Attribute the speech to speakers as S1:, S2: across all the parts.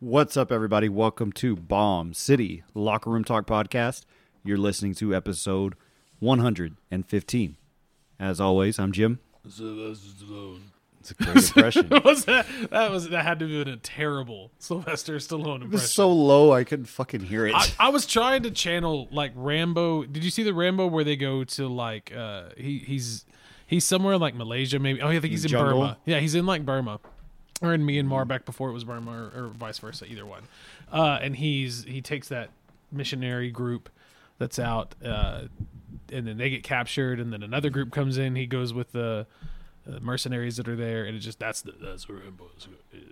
S1: What's up, everybody? Welcome to Bomb City Locker Room Talk Podcast. You're listening to episode 115. As always, I'm Jim. It's a great impression. it
S2: was that that was that had to have been a terrible Sylvester Stallone impression.
S1: was so low I couldn't fucking hear it.
S2: I, I was trying to channel like Rambo. Did you see the Rambo where they go to like uh he he's he's somewhere in like Malaysia maybe. Oh, yeah, I think he's in
S1: Jungle?
S2: Burma. Yeah, he's in like Burma. Or in Myanmar back before it was Burma or, or vice versa, either one. Uh and he's he takes that missionary group that's out uh and then they get captured and then another group comes in, he goes with the uh, mercenaries that are there, and it just that's the that's where Rambo is.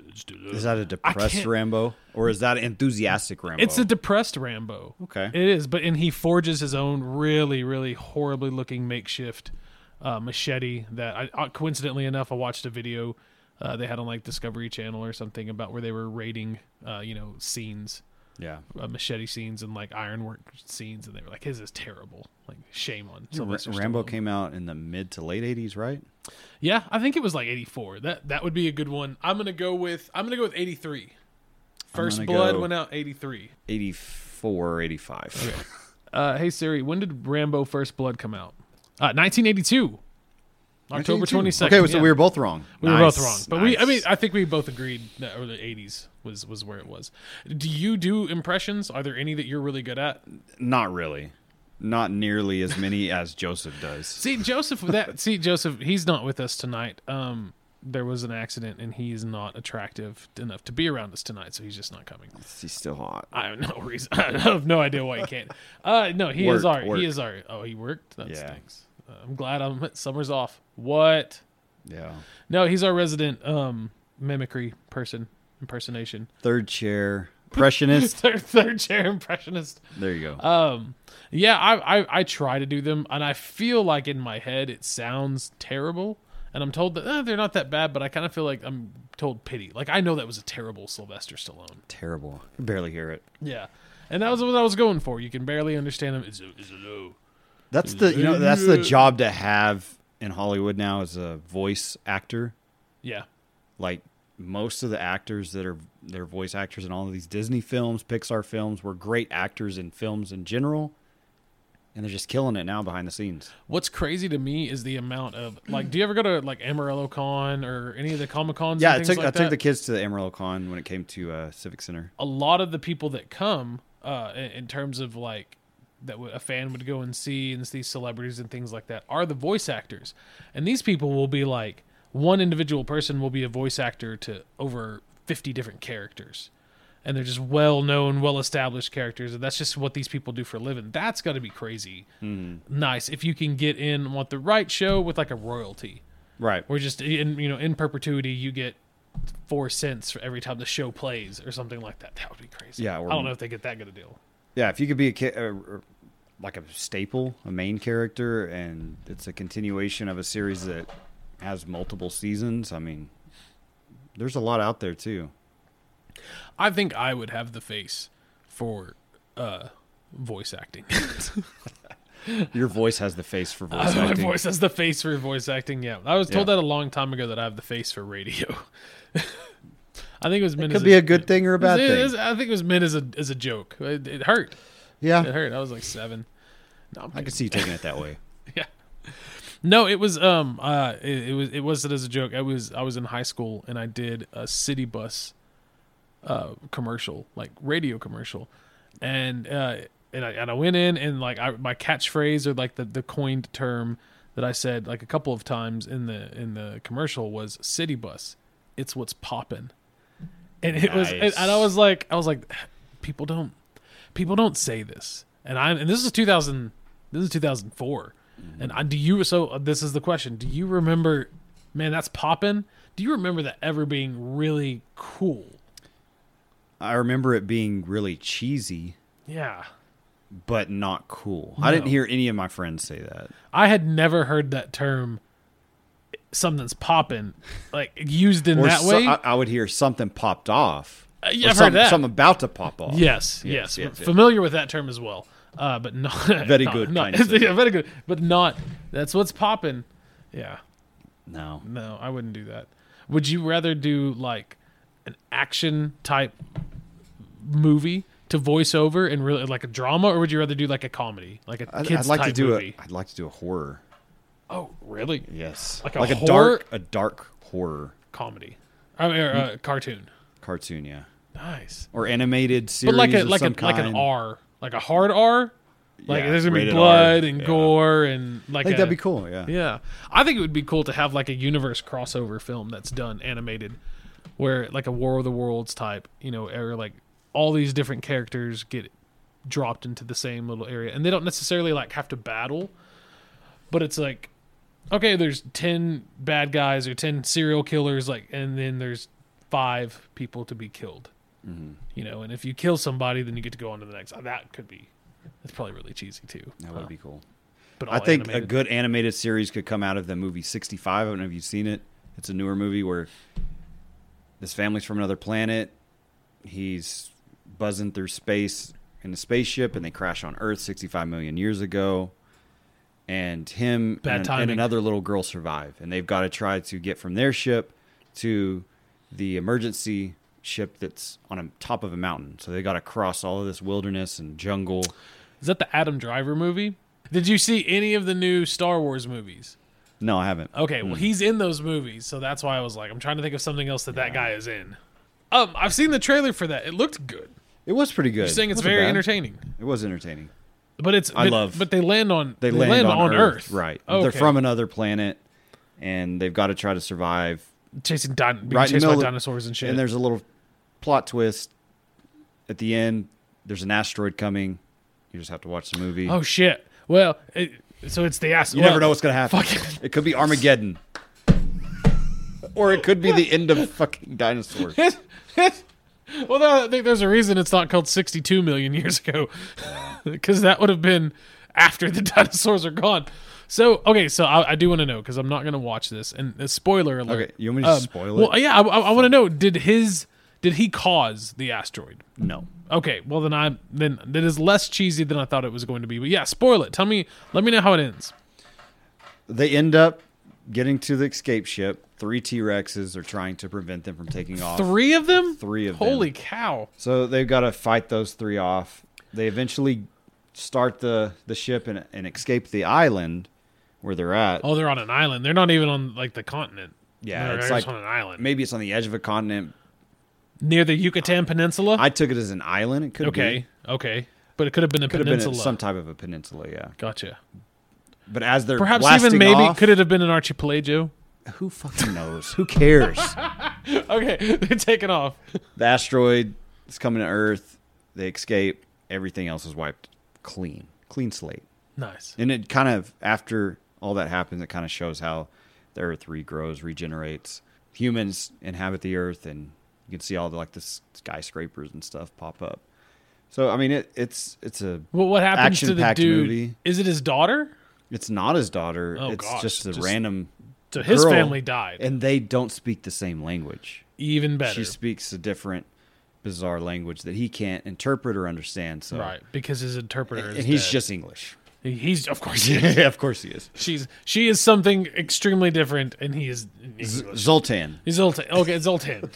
S2: It's the-
S1: is that a depressed
S2: can't-
S1: Rambo or is that enthusiastic Rambo?
S2: It's a depressed Rambo.
S1: Okay.
S2: It is, but and he forges his own really, really horribly looking makeshift uh, machete that I uh, coincidentally enough I watched a video uh, they had on like Discovery Channel or something about where they were rating uh, you know scenes
S1: yeah.
S2: uh, machete scenes and like ironwork scenes and they were like his is terrible like shame on
S1: Ra-
S2: Sylvester
S1: Rambo
S2: Stallone.
S1: came out in the mid to late 80s, right?
S2: yeah I think it was like 84 that that would be a good one I'm gonna go with I'm gonna go with 83 First
S1: gonna
S2: Blood
S1: go-
S2: went out 83
S1: 84, 85.
S2: Uh, hey Siri, when did Rambo First Blood come out? Uh, 1982, October 22nd.
S1: Okay, so
S2: yeah.
S1: we were both wrong.
S2: We were
S1: Nice,
S2: both wrong, but we I
S1: nice.
S2: mean I think we both agreed that early 80s was was where it was. Do you do impressions? Are there any that you're really good at?
S1: Not really. Not nearly as many as Joseph does.
S2: See Joseph that see Joseph he's not with us tonight. Um, there was an accident and he's not attractive enough to be around us tonight, so he's just not coming.
S1: He's still hot.
S2: I have no reason. I have no idea why he can't. Uh, no, he
S1: Work,
S2: is our.
S1: work.
S2: He is our. Oh, he worked. That
S1: Yeah.
S2: stinks. Uh, I'm glad I'm. Summer's off. What?
S1: Yeah.
S2: No, he's our resident um mimicry person impersonation.
S1: Third chair. Impressionist.
S2: Third, third chair impressionist.
S1: there you go.
S2: Um, yeah, I, I I try to do them, and I feel like in my head it sounds terrible, and I'm told that eh, they're not that bad, but I kind of feel like I'm told pity. Like I know that was a terrible Sylvester Stallone.
S1: Terrible. I can barely hear it.
S2: Yeah. And that was what I was going for. You can barely understand him. It's a, it's a low.
S1: That's the you know that's the job to have in Hollywood now as a voice actor.
S2: Yeah.
S1: Like most of the actors that are they're voice actors in all of these Disney films, Pixar films, were great actors in films in general. And they're just killing it now behind the scenes.
S2: What's crazy to me is the amount of like. Do you ever go to like Amarillo Con or any of the Comic Cons?
S1: Yeah, I
S2: and
S1: took
S2: things
S1: I
S2: like
S1: took
S2: that?
S1: the kids to the Emerald Con when it came to uh, Civic Center.
S2: a lot of the people that come uh, in, in terms of like that w- a fan would go and see and see celebrities and things like that are the voice actors and these people will be like one individual person will be a voice actor to over 50 different characters and they're just well known well established characters and that's just what these people do for a living that's got to be crazy nice if you can get in on the right show with like a royalty
S1: Right.
S2: we're just in you know in perpetuity you get four cents for every time the show plays or something like that that would be crazy
S1: Yeah, or-
S2: i don't know if they get that good a deal
S1: Yeah, if you could be a ca- uh, like a staple, a main character, and it's a continuation of a series that has multiple seasons. I mean, there's a lot out there too.
S2: i think i would have the face for uh voice acting
S1: Your voice has the face for voice
S2: my
S1: acting.
S2: voice has the face for voice acting yeah i was told
S1: Yeah.
S2: that a long time ago that i have the face for radio i think it was meant
S1: Could
S2: as
S1: be a good thing or a bad
S2: it- it-
S1: thing.
S2: i think it was meant as a as a joke it, it hurt it
S1: Yeah,
S2: hurt i was like seven no, I'm
S1: I could see you taking it that way.
S2: yeah. No, it was um uh it, it was it wasn't as a joke. I was I was in high school and I did a city bus uh commercial, like radio commercial. And uh and I and I went in and like I my catchphrase or like the the coined term that I said like a couple of times in the in the commercial was city bus. It's what's poppin'. And it was and
S1: Nice.
S2: and I was like I was like people don't people don't say this and i'm and this is 2000 this is 2004 and i do you so uh, this is the question do you remember man that's poppin'. do you remember that ever being really cool
S1: I remember it being really cheesy,
S2: yeah
S1: but not cool. I didn't
S2: No.
S1: hear any of my friends say that.
S2: i had never heard that term something's poppin', like used in
S1: Or
S2: that
S1: so- uh,
S2: way
S1: I, I would hear something popped off.
S2: Uh,
S1: or
S2: yeah, I've
S1: some-
S2: heard that.
S1: Something about to pop off.
S2: yes
S1: Yes,
S2: yes,
S1: yes, yes.
S2: familiar with that term as well uh but not
S1: Very
S2: not-
S1: good
S2: not,
S1: kind of-
S2: yeah, very good but not that's what's poppin'. yeah
S1: No.
S2: No, I wouldn't do that. Would you rather do like an action type movie to voice over and really like a drama, or would you rather do like a comedy, like a
S1: I'd,
S2: kids
S1: I'd like to
S2: type
S1: do
S2: movie?
S1: a. I'd like to do a horror.
S2: Oh, really?
S1: Yes,
S2: Like a horror-
S1: dark a dark horror
S2: Comedy. I mean, or,
S1: Mm.
S2: uh, cartoon.
S1: cartoon, yeah,
S2: Nice.
S1: or animated series
S2: But like a
S1: of
S2: like a
S1: some
S2: like an
S1: kind.
S2: R, like a hard R. Like
S1: Yeah,
S2: there's gonna be
S1: rated
S2: blood
S1: R,
S2: and
S1: yeah.
S2: gore and like
S1: I think
S2: a,
S1: that'd be cool. Yeah.
S2: Yeah. I think it would be cool to have like a universe crossover film that's done animated where like a War of the Worlds type, you know, or like all these different characters get dropped into the same little area and they don't necessarily like have to battle, but it's like okay, there's 10 bad guys or 10 serial killers like and then there's five people to be killed.
S1: Mm-hmm.
S2: You know, and if you kill somebody, then you get to go on to the next. That could be. That's probably really cheesy too.
S1: That would be cool.
S2: But
S1: I
S2: all
S1: think uh, a
S2: animated.
S1: good animated series could come out of the movie 65. I don't know if you've seen it. It's a newer movie where this family's from another planet. He's buzzing through space in a spaceship, and they crash on Earth 65 million years ago. And him
S2: Bad
S1: and, and
S2: timing.
S1: another little girl survive, and they've got to try to get from their ship to the emergency ship that's on a, top of a mountain. So they got to cross all of this wilderness and jungle.
S2: Is that the Adam Driver movie? Did you see any of the new Star Wars movies?
S1: No, I haven't.
S2: Okay, well he's in those movies, so that's why I was like, I'm trying to think of something else that that guy is in. Um, I've seen the trailer for that. It looked good.
S1: It was pretty good.
S2: You're saying it's
S1: Wasn't
S2: very
S1: bad.
S2: entertaining,
S1: It was entertaining.
S2: but it's
S1: I
S2: but-
S1: love-
S2: But they land on
S1: They, land, on, Earth.
S2: Earth.
S1: Right.
S2: Okay.
S1: They're from another planet and they've got to try to survive.
S2: chasing din- being
S1: Right in the
S2: chased by
S1: middle of-
S2: dinosaurs and shit.
S1: And there's a little plot twist at the end. There's an asteroid coming. You just have to watch the movie.
S2: oh shit. Well, it, so it's the ass.
S1: you never know what's going to happen.
S2: fucking-
S1: It could be Armageddon. or it could be the end of fucking dinosaurs.
S2: Well, no, I think there's a reason it's not called 62 million years ago, because that would have been after the dinosaurs are gone. So, okay, so I, I do want to know because I'm not going to watch this. And a spoiler alert. um,
S1: Okay, you want me to spoil it?
S2: Well, yeah, I, want to know. Did his did he cause the asteroid?
S1: no.
S2: Okay, well then I then that is less cheesy than I thought it was going to be. But yeah, spoil it. Tell me, let me know how it ends.
S1: They end up getting to the escape ship. Three T Rexes are trying to prevent them from taking off.
S2: Three of them.
S1: Three of them.
S2: Holy cow!
S1: So they've got to fight those three off. They eventually start the, the ship and, and escape the island where they're at.
S2: Oh, they're on an island. They're not even on like the continent.
S1: Yeah,
S2: they're
S1: it's
S2: just
S1: like-
S2: on an island
S1: Maybe it's on the edge of a continent.
S2: near the Yucatan Peninsula.
S1: I took it as an island. It could
S2: Okay. Okay. But it could have been a
S1: Could have
S2: peninsula.
S1: been some type of a peninsula, yeah.
S2: gotcha.
S1: But as they're
S2: Perhaps
S1: blasting
S2: even maybe
S1: off,
S2: could it have been an archipelago?
S1: who fucking knows? Who cares?
S2: Okay, they're taking off.
S1: the asteroid is coming to Earth. They escape. Everything else is wiped clean, clean slate.
S2: Nice.
S1: And it kind of after all that happens, it kind of shows how the Earth regrows, regenerates. Humans inhabit the Earth, and you can see all the like the s- skyscrapers and stuff pop up. So I mean, it, it's it's a
S2: Well, what happens to the
S1: Action-packed
S2: dude?
S1: movie.
S2: Is it his daughter?
S1: it's not his daughter.
S2: Oh,
S1: it's
S2: gosh,
S1: just a
S2: just-
S1: random.
S2: So his
S1: girl,
S2: family died.
S1: and they don't speak the same language.
S2: Even better.
S1: She speaks a different, bizarre language that he can't interpret or understand. So
S2: right, because his interpreter
S1: and
S2: is
S1: he's
S2: dead.
S1: just English.
S2: He- he's of course he is.
S1: yeah, of course he is.
S2: she's she is something extremely different and he is he's
S1: Zoltan.
S2: Zoltan. Okay, Zoltan.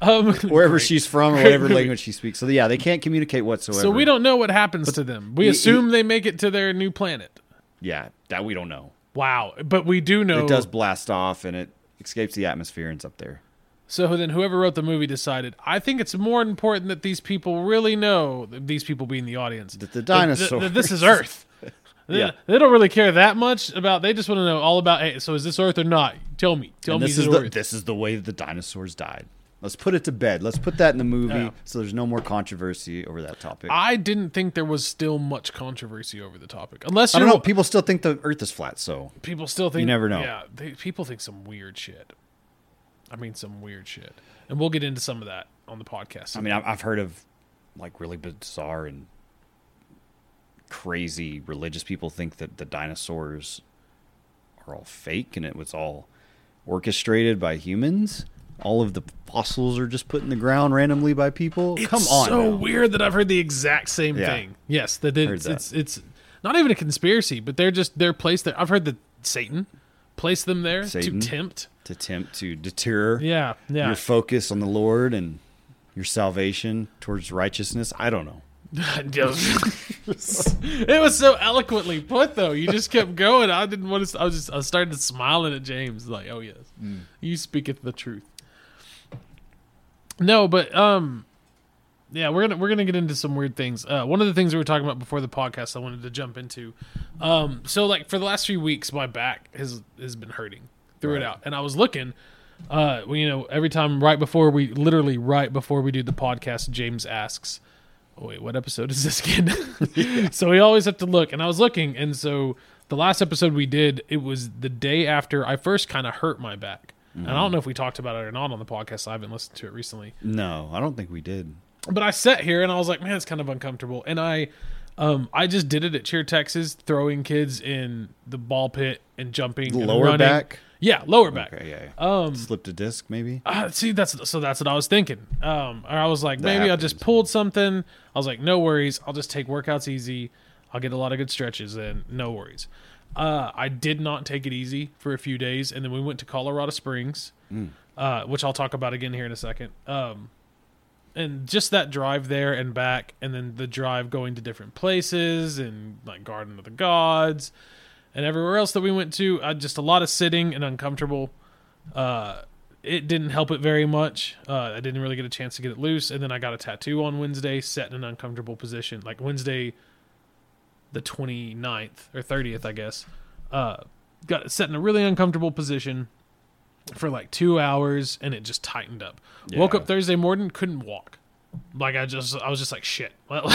S2: Um
S1: wherever she's from or whatever language she speaks. So yeah, they can't communicate whatsoever.
S2: so we don't know what happens to them. We
S1: he-
S2: assume they make it to their new planet.
S1: Yeah, that we don't know.
S2: Wow, but we do know
S1: It does blast off and it escapes the atmosphere and's up there.
S2: So then, whoever wrote the movie decided. I think it's more important that these people really know these people being the audience that
S1: the
S2: that- that
S1: dinosaurs-
S2: this is Earth. They-
S1: Yeah.
S2: They don't really care that much about. They just want to know all about. Hey, so is this Earth or not? Tell me. Tell
S1: And
S2: me
S1: this is
S2: it
S1: the
S2: Earth.
S1: this is the way that the dinosaurs died. Let's put it to bed. Let's put that in the movie
S2: Yeah.
S1: so there's no more controversy over that topic. I,
S2: I didn't think there was still much controversy over the topic, unless you're,
S1: don't know. People still think the Earth is flat, so
S2: people still think.
S1: never know.
S2: Yeah, they, people think some weird shit. I mean, some weird shit, and we'll get into some of that on the podcast.
S1: I mean, I- I've heard of like really bizarre and crazy religious people think that the dinosaurs are all fake and it was all orchestrated by humans. All of the fossils are just put in the ground randomly by people. Come
S2: It's
S1: on,
S2: so
S1: now.
S2: weird that I've heard the exact same
S1: Yeah.
S2: thing. Yes, that it's,
S1: Heard
S2: it's it's not even a conspiracy, but they're just they're placed there. I've heard that Satan placed them there
S1: Satan?
S2: to tempt
S1: to tempt to deter
S2: Yeah, yeah.
S1: your focus on the Lord and your salvation towards righteousness. I don't know.
S2: it was so eloquently put, though. You just kept going. I didn't want to. I was just. I started smiling at James, like, "Oh yes, you speaketh the truth." No, but um, yeah, we're gonna we're gonna get into some weird things. Uh, one of the things we were talking about before the podcast, I wanted to jump into. Um, so like for the last few weeks, my back has has been hurting through it
S1: Right.
S2: out, and I was looking. Uh, well, you know, every time right before we literally right before we do the podcast, James asks, oh, "Wait, what episode is this again?" so we always have to look, and I was looking, and so the last episode we did, it was the day after I first kind of hurt my back. And
S1: Mm.
S2: I don't know if we talked about it or not on the podcast. I haven't listened to it recently
S1: No, I don't think we did.
S2: but I sat here and I was like, man, it's kind of uncomfortable. And I, um, I just did it at Cheer Texas, throwing kids in the ball pit and jumping. and
S1: Lower
S2: running.
S1: back?
S2: Yeah, lower back.
S1: Okay, yeah. yeah.
S2: Um,
S1: Slipped a disc, maybe.
S2: uh, see, that's so that's what I was thinking. Um, or I was like, maybe I just
S1: happens.
S2: pulled something. I was like, no worries. I'll just take workouts easy. I'll get a lot of good stretches in. No worries. Uh, I did not take it easy for a few days, and then we went to Colorado Springs, uh, which I'll talk about again here in a second. Um, and just that drive there and back, and then the drive going to different places and like Garden of the Gods, and everywhere else that we went to, uh, just a lot of sitting and uncomfortable uh, it didn't help it very much. Uh, I didn't really get a chance to get it loose, and then I got a tattoo on Wednesday, set in an uncomfortable position, like Wednesday, the 29th or 30th, I guess. Uh, got it set in a really uncomfortable position for like two hours, and it just tightened up. Woke
S1: Yeah.
S2: up Thursday morning, couldn't walk. Like I just, I was just like shit. Well,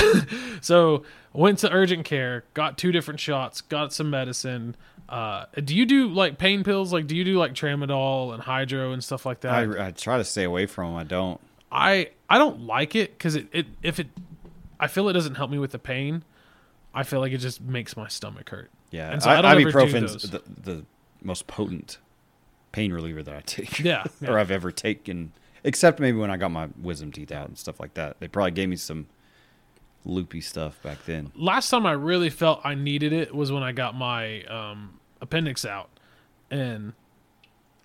S2: so went to urgent care, got two different shots, got some medicine. Uh, do you do like pain pills? Like, do you do like tramadol and hydro and stuff like that?
S1: I, I try to stay away from them. I don't.
S2: I I don't like it because it, it if it I feel it doesn't help me with the pain. I feel like it just makes my stomach hurt.
S1: Yeah,
S2: and so I, don't ever do
S1: ibuprofen's
S2: those.
S1: the, the most potent pain reliever that I take.
S2: Yeah, yeah.
S1: or I've ever taken, except maybe when I got my wisdom teeth out and stuff like that. They probably gave me some loopy stuff back then.
S2: Last time I really felt I needed it was when I got my um, appendix out, and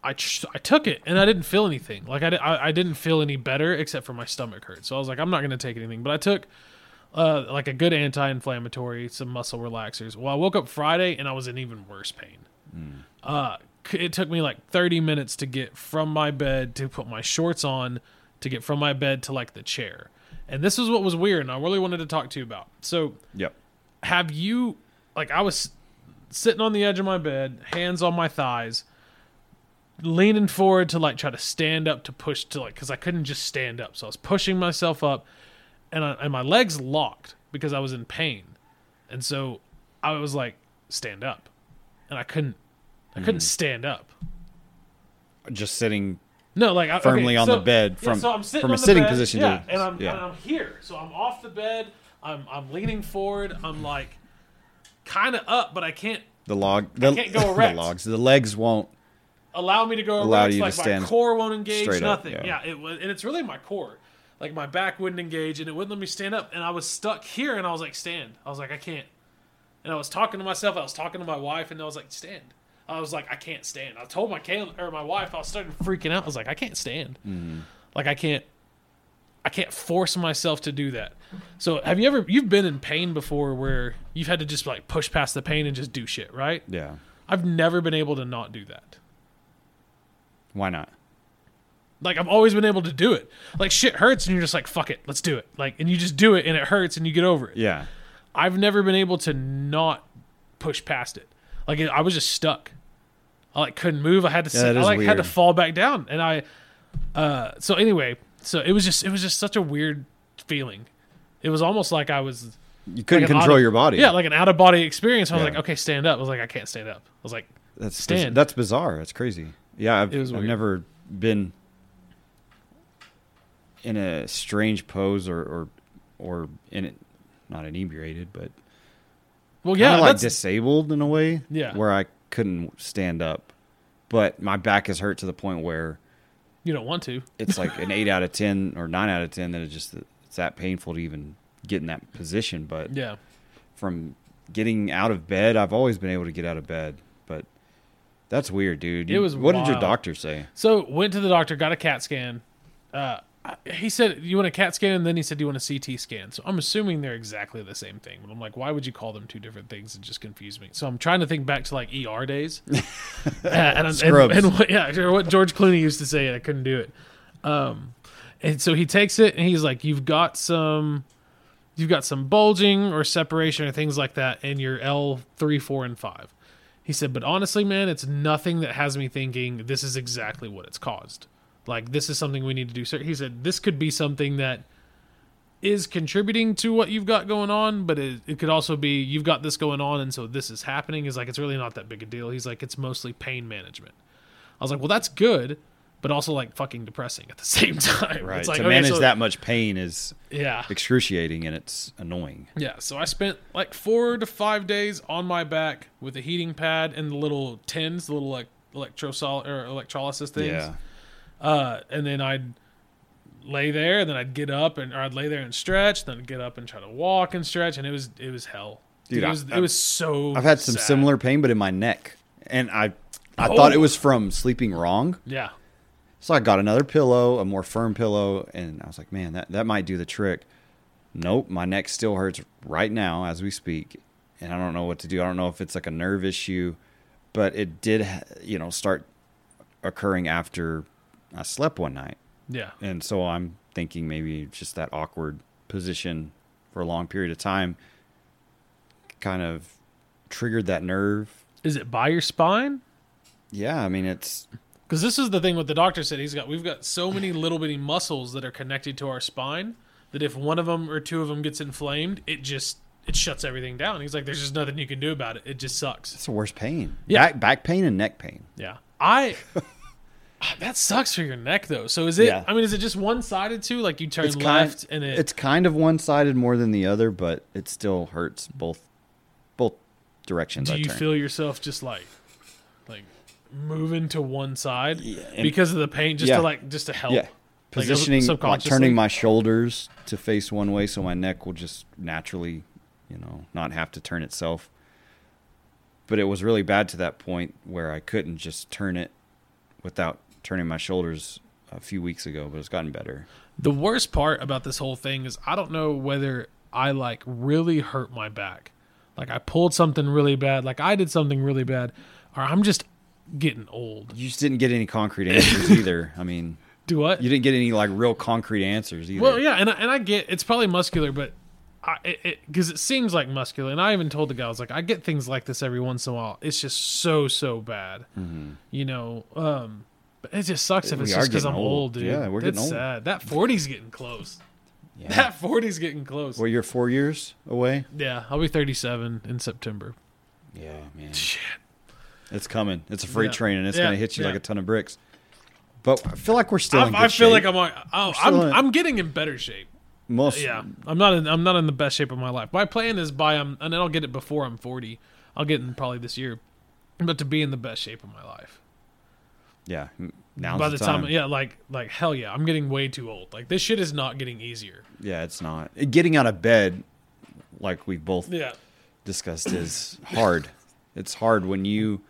S2: I ch- I took it and I didn't feel anything. Like I, di- I I didn't feel any better except for my stomach hurt. So I was like, I'm not gonna take anything. But I took uh, like a good anti-inflammatory, some muscle relaxers. Well, I woke up Friday and I was in even worse pain. Uh, c- it took me like 30 minutes to get from my bed to put my shorts on to get from my bed to like the chair. And this is what was weird, and I really wanted to talk to you about. So
S1: Yep.
S2: have you like i was sitting on the edge of my bed hands on my thighs leaning forward to like try to stand up to push to like because i couldn't just stand up so i was pushing myself up and, I, and my legs locked because i was in pain and so i was like stand up and i couldn't i couldn't stand up
S1: Just sitting.
S2: no, like I,
S1: Firmly
S2: okay,
S1: on
S2: so-
S1: the bed
S2: yeah,
S1: from-
S2: so I'm sitting
S1: from a
S2: on the
S1: sitting
S2: bed,
S1: position to-
S2: Yeah, and I'm
S1: yeah.
S2: and I'm here, so I'm off the bed. I'm I'm leaning forward. I'm like kind of up, but I can't
S1: The log. The,
S2: can't go
S1: the
S2: erect.
S1: logs. The legs won't.
S2: allow me to go
S1: Allow
S2: erect.
S1: you to
S2: Like
S1: stand
S2: my core won't engage.
S1: straight up,
S2: Nothing.
S1: yeah.
S2: yeah. it was, and it's really my core. Like my back wouldn't engage, and it wouldn't let me stand up. And I was stuck here, and I was like, stand. I was like, I can't. And I was talking to myself. I was talking to my wife, and I was like, stand. I was like, I can't stand. I told my Kayla, or my wife. I started freaking out. I was like, I can't stand.
S1: Mm-hmm.
S2: Like I can't. I can't force myself to do that. So, have you ever you've been in pain before where you've had to just like push past the pain and just do shit, right?
S1: Yeah.
S2: I've never been able to not do that.
S1: Why not?
S2: Like I've always been able to do it. Like shit hurts and you're just like fuck it, let's do it. Like and you just do it and it hurts and you get over it.
S1: Yeah.
S2: I've never been able to not push past it. Like I was just stuck. I like couldn't move. I had to sit.
S1: that
S2: I
S1: is
S2: like had to
S1: weird.
S2: fall back down and I uh so anyway, so it was just it was just such a weird feeling. It was almost like I was
S1: You couldn't
S2: like an
S1: control
S2: out of-
S1: your body.
S2: Yeah, like an out of body experience. I was
S1: Yeah.
S2: like, okay, stand up. I was like, I can't stand up. I was like,
S1: That's
S2: Stand.
S1: That's bizarre. That's crazy. Yeah, I've,
S2: It was
S1: I've
S2: weird.
S1: never been in a strange pose or or, or in it, not inebriated, but
S2: well,
S1: yeah,
S2: yeah,
S1: like
S2: that's
S1: disabled in a way.
S2: Yeah.
S1: where I couldn't stand up, but my back is hurt to the point where
S2: you don't want to.
S1: it's like an eight out of ten or nine out of ten that it just it's that painful to even get in that position. But
S2: Yeah.
S1: from getting out of bed. I've always been able to get out of bed, but That's weird, dude.
S2: It
S1: You-
S2: was
S1: What did your
S2: wild.
S1: doctor say?
S2: So went to the doctor, got a CAT scan. Uh, I- he said, "You want a CAT scan?" And then he said, "Do you want a CT scan?" So I'm assuming they're exactly the same thing. But I'm like, why would you call them two different things? It just confused me. So I'm trying to think back to like ER days, Uh, and, I'm- and,
S1: Scrubs.
S2: and what, yeah, what George Clooney used to say, and I couldn't do it. Um, and so he takes it, and he's like, "You've got some." You've got some bulging or separation or things like that in your L3, 4, and 5. He said, but honestly, man, it's nothing that has me thinking this is exactly what it's caused. Like, this is something we need to do. So he said, this could be something that is contributing to what you've got going on, but it, it could also be you've got this going on, and so this is happening. He's like, it's really not that big a deal. He's like, it's mostly pain management. I was like, well, that's good, but also like fucking depressing at the same time.
S1: Right.
S2: It's like,
S1: to
S2: okay,
S1: manage
S2: so-
S1: that much pain is
S2: Yeah.
S1: excruciating and it's annoying.
S2: Yeah, so I spent like four to five days on my back with a heating pad and the little tins, the little like electrosol or electrolysis things.
S1: Yeah.
S2: Uh, and then I'd lay there, and then I'd get up and or I'd lay there and stretch, then I'd get up and try to walk and stretch, and it was it was hell.
S1: Dude,
S2: it
S1: I-
S2: was it
S1: I've-
S2: was so.
S1: I've had some
S2: sad. Oh.
S1: similar pain, but in my neck, and I, I thought it was from sleeping wrong.
S2: Yeah,
S1: So I got another pillow, a more firm pillow, and I was like, man, that, that might do the trick. Nope, my neck still hurts right now as we speak, and I don't know what to do. I don't know if it's like a nerve issue, but it did, you know, start occurring after I slept one night.
S2: yeah,
S1: And so I'm thinking maybe just that awkward position for a long period of time kind of triggered that nerve.
S2: is it by your spine?
S1: Yeah, I mean it's
S2: Because this is the thing what the doctor said. He's got we've got so many little bitty muscles that are connected to our spine that if one of them or two of them gets inflamed, it just it shuts everything down. He's like, there's just nothing you can do about it. It just sucks.
S1: it's the worst pain.
S2: Yeah.
S1: Back back pain and neck pain.
S2: Yeah, I. That sucks for your neck though. So is it?
S1: Yeah.
S2: I mean, is it just one sided too? Like you turn left
S1: kind,
S2: and it.
S1: it's kind of one sided more than the other, but it still hurts both both directions.
S2: do
S1: I
S2: you
S1: turn.
S2: feel yourself just like, like, moving to one side
S1: and-
S2: because of the pain, just
S1: Yeah.
S2: to like just to help?
S1: yeah. Positioning like,
S2: subconsciously?
S1: turning my shoulders to face one way so my neck will just naturally, you know, not have to turn itself. But it was really bad to that point where I couldn't just turn it without turning my shoulders a few weeks ago, but it's gotten better.
S2: The worst part about this whole thing is I don't know whether I like really hurt my back. Like I pulled something really bad, like I did something really bad, or I'm just getting old.
S1: You just didn't get any concrete answers either. I mean,
S2: Do what?
S1: you didn't get any like real concrete answers either.
S2: Well, yeah, and I, and I get it's probably muscular, but I it, it, 'cause it seems like muscular. And I even told the guy I was like, I get things like this every once in a while. It's just so so bad, you know. Um, but it just sucks if
S1: Mm-hmm. We
S2: it's
S1: are
S2: just because
S1: getting
S2: I'm
S1: old.
S2: old. dude.
S1: Yeah, we're
S2: That's
S1: getting old.
S2: sad. That 40's getting close.
S1: Yeah.
S2: That 40's getting close.
S1: Well, you're four years away.
S2: Yeah, I'll be 37 in September.
S1: Yeah, man.
S2: Shit.
S1: It's coming. It's a freight
S2: Yeah.
S1: train, and it's
S2: Yeah,
S1: going to hit you
S2: yeah.
S1: like a ton of bricks. But I feel like we're still.
S2: I,
S1: in
S2: I
S1: good
S2: feel
S1: shape.
S2: like I'm on, oh,
S1: still
S2: I'm
S1: in-
S2: I'm getting in better shape.
S1: most.
S2: Yeah, I'm not in I'm not in the best shape of my life. My plan is by I'm and then I'll get it before I'm 40. I'll get in probably this year, but to be in the best shape of my life.
S1: Yeah. Now's
S2: by
S1: the,
S2: the
S1: time.
S2: yeah, like like hell yeah, I'm getting way too old. Like this shit is not getting easier.
S1: Yeah, it's not getting out of bed, like we both
S2: Yeah,
S1: discussed, is hard. It's hard when you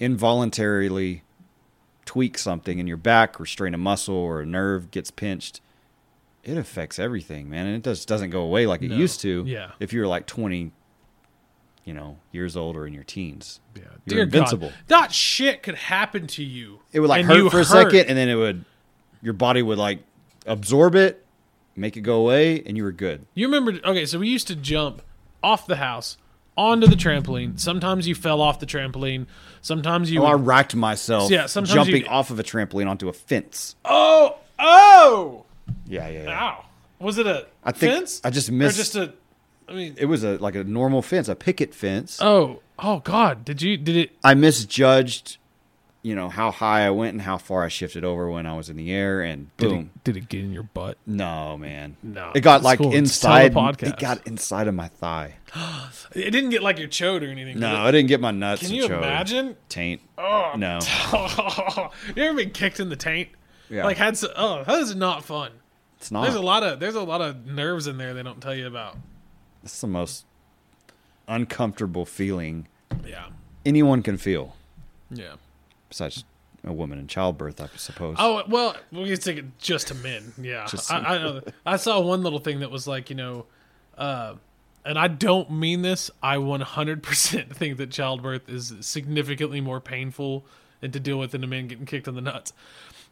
S1: involuntarily tweak something in your back or strain a muscle or a nerve gets pinched. It affects everything, man, and it just doesn't go away like it
S2: No.
S1: used to.
S2: Yeah.
S1: If you were like twenty, you know, years old or in your teens,
S2: yeah.
S1: You're
S2: God,
S1: invincible.
S2: that shit could happen to you.
S1: it would like
S2: and you
S1: hurt for a second, and then it would your body would like absorb it, make it go away, and you were good.
S2: You remember? Okay, so we used to jump off the house onto the trampoline. Sometimes you fell off the trampoline. Sometimes you.
S1: Oh, I
S2: would-
S1: racked myself
S2: Yeah, sometimes you-
S1: jumping off of a trampoline onto a fence.
S2: oh, oh,
S1: Yeah, yeah, yeah.
S2: ow! Was it a
S1: I think
S2: fence?
S1: I just
S2: or
S1: missed.
S2: just a? I mean,
S1: it was a like a normal fence, a picket fence.
S2: oh, oh God! Did you? Did it?
S1: I misjudged, you know, how high I went and how far I shifted over when I was in the air, and
S2: Did
S1: boom.
S2: it, did it get in your butt?
S1: No, man.
S2: No,
S1: It got
S2: it's
S1: like
S2: cool. Just tell the
S1: inside.
S2: podcast.
S1: It got inside of my thigh.
S2: It didn't get like your chode or anything.
S1: No,
S2: did
S1: I didn't get my nuts.
S2: it? can
S1: and
S2: you
S1: chode.
S2: imagine?
S1: Taint.
S2: Oh
S1: No.
S2: you ever been kicked in the taint?
S1: Yeah.
S2: Like had so, oh that is not fun.
S1: It's not.
S2: There's a lot of there's a lot of nerves in there they don't tell you about.
S1: It's the most uncomfortable feeling
S2: Yeah.
S1: anyone can feel.
S2: Yeah.
S1: besides a woman in childbirth, I suppose.
S2: Oh well, we can take it just to men. Yeah,
S1: Just-
S2: I, I know. I saw one little thing that was like, you know, uh, and I don't mean this. I 100% think that childbirth is significantly more painful and to deal with than a man getting kicked in the nuts.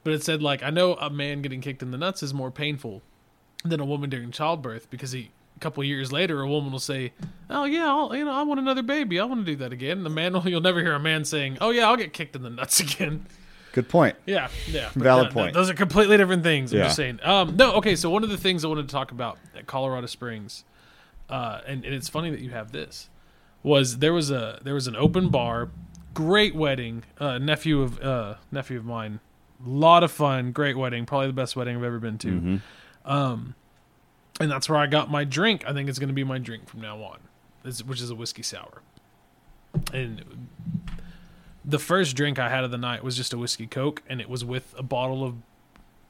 S2: But it said like, I know a man getting kicked in the nuts is more painful than a woman during childbirth because he. A couple years later, a woman will say, "Oh yeah, I'll, you know, I want another baby. I want to do that again." And the man, will, you'll never hear a man saying, "Oh yeah, I'll get kicked in the nuts again."
S1: Good point.
S2: Yeah, yeah. But
S1: Valid
S2: no, no,
S1: point.
S2: those are completely different things. I'm
S1: Yeah.
S2: just saying. Um, no, okay. So one of the things I wanted to talk about at Colorado Springs, uh, and, and it's funny that you have this, was there was a there was an open bar, great wedding, uh, nephew of uh, nephew of mine, lot of fun, great wedding, probably the best wedding I've ever been
S1: Mm-hmm.
S2: to, um, and that's where I got my drink. I think it's going to be my drink from now on, is- which is a whiskey sour, and the first drink I had of the night was just a whiskey coke, and it was with a bottle of.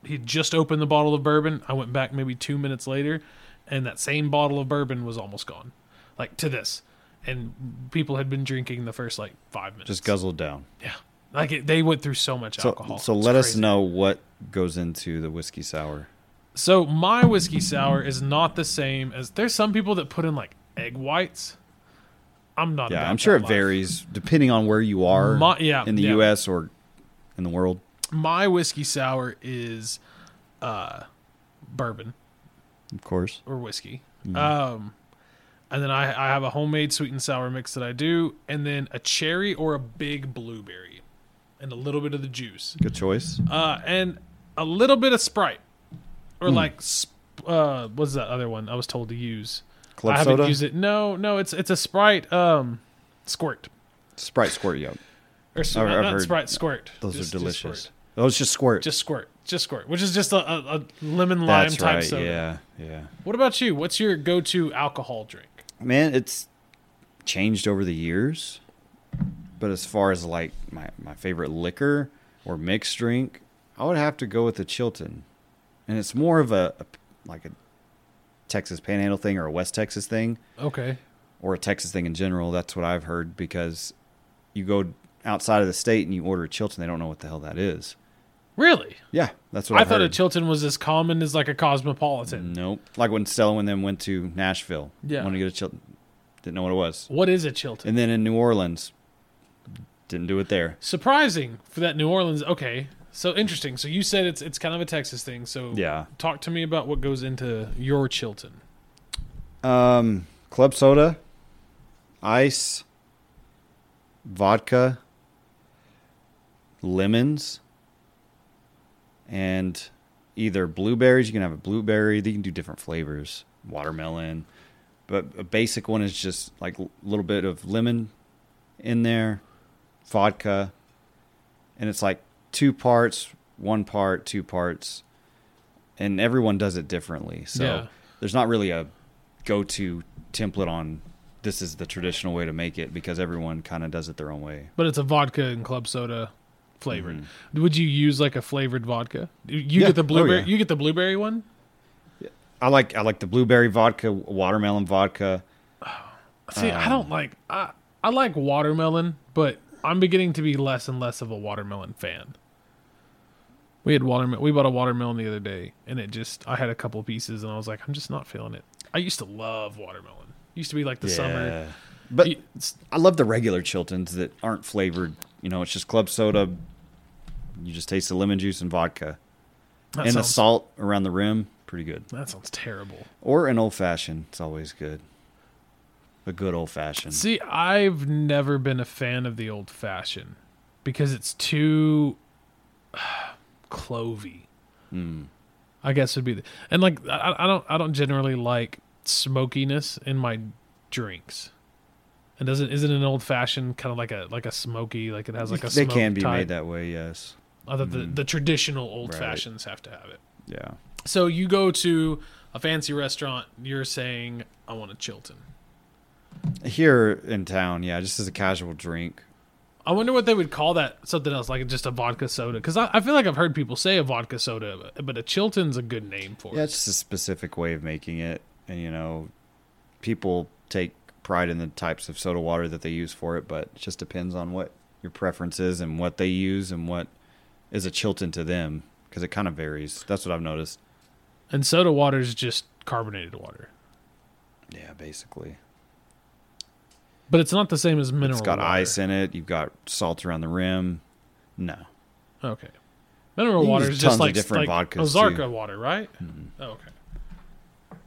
S2: He had just opened the bottle of bourbon. I went back maybe two minutes later, and that same bottle of bourbon was almost gone, like to this, and people had been drinking the first like five minutes.
S1: Just guzzled down.
S2: Yeah, like it, they went through so much
S1: So,
S2: alcohol.
S1: so
S2: It's
S1: let us
S2: crazy.
S1: know what goes into the whiskey sour.
S2: So my whiskey sour is not the same as there's some people that put in like egg whites. I'm not.
S1: Yeah,
S2: about
S1: I'm sure
S2: that
S1: it
S2: life.
S1: varies depending on where you are
S2: My- yeah,
S1: in the
S2: yeah.
S1: U.S. or in the world.
S2: My whiskey sour is uh, bourbon.
S1: Of course,
S2: or whiskey.
S1: Mm-hmm.
S2: Um, and then I, I have a homemade sweet and sour mix that I do, and then a cherry or a big blueberry, and a little bit of the juice,
S1: good choice.
S2: uh, and a little bit of Sprite,
S1: Mm.
S2: or like sp- uh, what's that other one I was told to use? I
S1: Club
S2: haven't
S1: soda,
S2: used it. No, no, it's it's a Sprite um, squirt
S1: Sprite, squirt, yo.
S2: or s-
S1: I've- I've
S2: not
S1: heard
S2: Sprite squirt.
S1: Those
S2: Just-
S1: are
S2: just
S1: delicious.
S2: squirt.
S1: Those just squirt.
S2: Just squirt, just squirt, which is just a, a, a lemon lime
S1: That's
S2: type
S1: right.
S2: soda.
S1: Yeah, yeah.
S2: What about you? What's your go-to alcohol drink?
S1: man, it's changed over the years. But as far as like my, my favorite liquor or mixed drink, I would have to go with the Chilton. And it's more of a, a- like a Texas Panhandle thing or a West Texas thing
S2: Okay,
S1: or a Texas thing in general. That's what I've heard because you go outside of the state and you order a Chilton, they don't know what the hell that is.
S2: really?
S1: Yeah, that's what
S2: I
S1: I've
S2: thought a
S1: heard.
S2: Chilton was as common as like a cosmopolitan.
S1: nope. Like when Stella and them went to Nashville,
S2: Yeah.
S1: wanted to get a Chilton, didn't know what it was.
S2: What is a Chilton?
S1: And then in New Orleans, didn't do it there.
S2: Surprising for that New Orleans. Okay, so interesting. So you said it's it's kind of a Texas thing. So
S1: Yeah.
S2: talk to me about what goes into your Chilton.
S1: Um, club soda, ice, vodka, lemons, and either blueberries. You can have a blueberry. You can do different flavors. Watermelon, but a basic one is just like a little bit of lemon in there, vodka, and it's like two parts, one part, two parts, and everyone does it differently. So
S2: Yeah.
S1: there's not really a go-to template on this is the traditional way to make it because everyone kind of does it their own way.
S2: But it's a vodka and club soda flavored. Would you use like a flavored vodka? You you
S1: Mm-hmm. Yeah.
S2: get the
S1: Oh,
S2: blueberry.
S1: yeah.
S2: You get the blueberry one.
S1: I like I like the blueberry vodka, watermelon vodka.
S2: See,
S1: Uh,
S2: I don't like. I I like watermelon, but I'm beginning to be less and less of a watermelon fan. We had watermelon. We bought a watermelon the other day, and it just I had a couple pieces, and I was like, I'm just not feeling it. I used to love watermelon. Used to be like the summer.
S1: Yeah. But
S2: You- it's-
S1: I love the regular Chiltons that aren't flavored. You know, it's just club soda. You just taste the lemon juice and vodka,
S2: That,
S1: and the
S2: sounds,
S1: salt around the rim, pretty good.
S2: that sounds terrible.
S1: Or an old fashioned, it's always good. A good old fashioned.
S2: See, I've never been a fan of the old fashioned because it's too clovey.
S1: Hmm.
S2: I guess would be the and like I, I don't I don't generally like smokiness in my drinks. And doesn't isn't an old fashioned kind of like a like a smoky like it has like a
S1: they
S2: smoke
S1: can be
S2: type?
S1: made that way, yes.
S2: Other the the traditional old
S1: Right.
S2: fashions have to have it.
S1: Yeah.
S2: So you go to a fancy restaurant, you're saying I want a Chilton.
S1: Here in town, yeah, just as a casual drink.
S2: I wonder what they would call that something else, like just a vodka soda, because I, I feel like I've heard people say a vodka soda, but- but a Chilton's a good name for
S1: Yeah,
S2: it.
S1: it's just a specific way of making it. And, you know, people take pride in the types of soda water that they use for it, but it just depends on what your preferences and what they use and what is a Chilton to them because it kind of varies. That's what I've noticed.
S2: And soda water is just carbonated water,
S1: Yeah, basically.
S2: but it's not the same as mineral.
S1: It's got
S2: water.
S1: ice in it. You've got salt around the rim. No.
S2: Okay. Mineral
S1: You can
S2: water
S1: use
S2: is
S1: tons
S2: just
S1: of
S2: like,
S1: different
S2: like
S1: vodkas,
S2: Ozarka
S1: too. Mm-hmm.
S2: water, right? Oh, okay.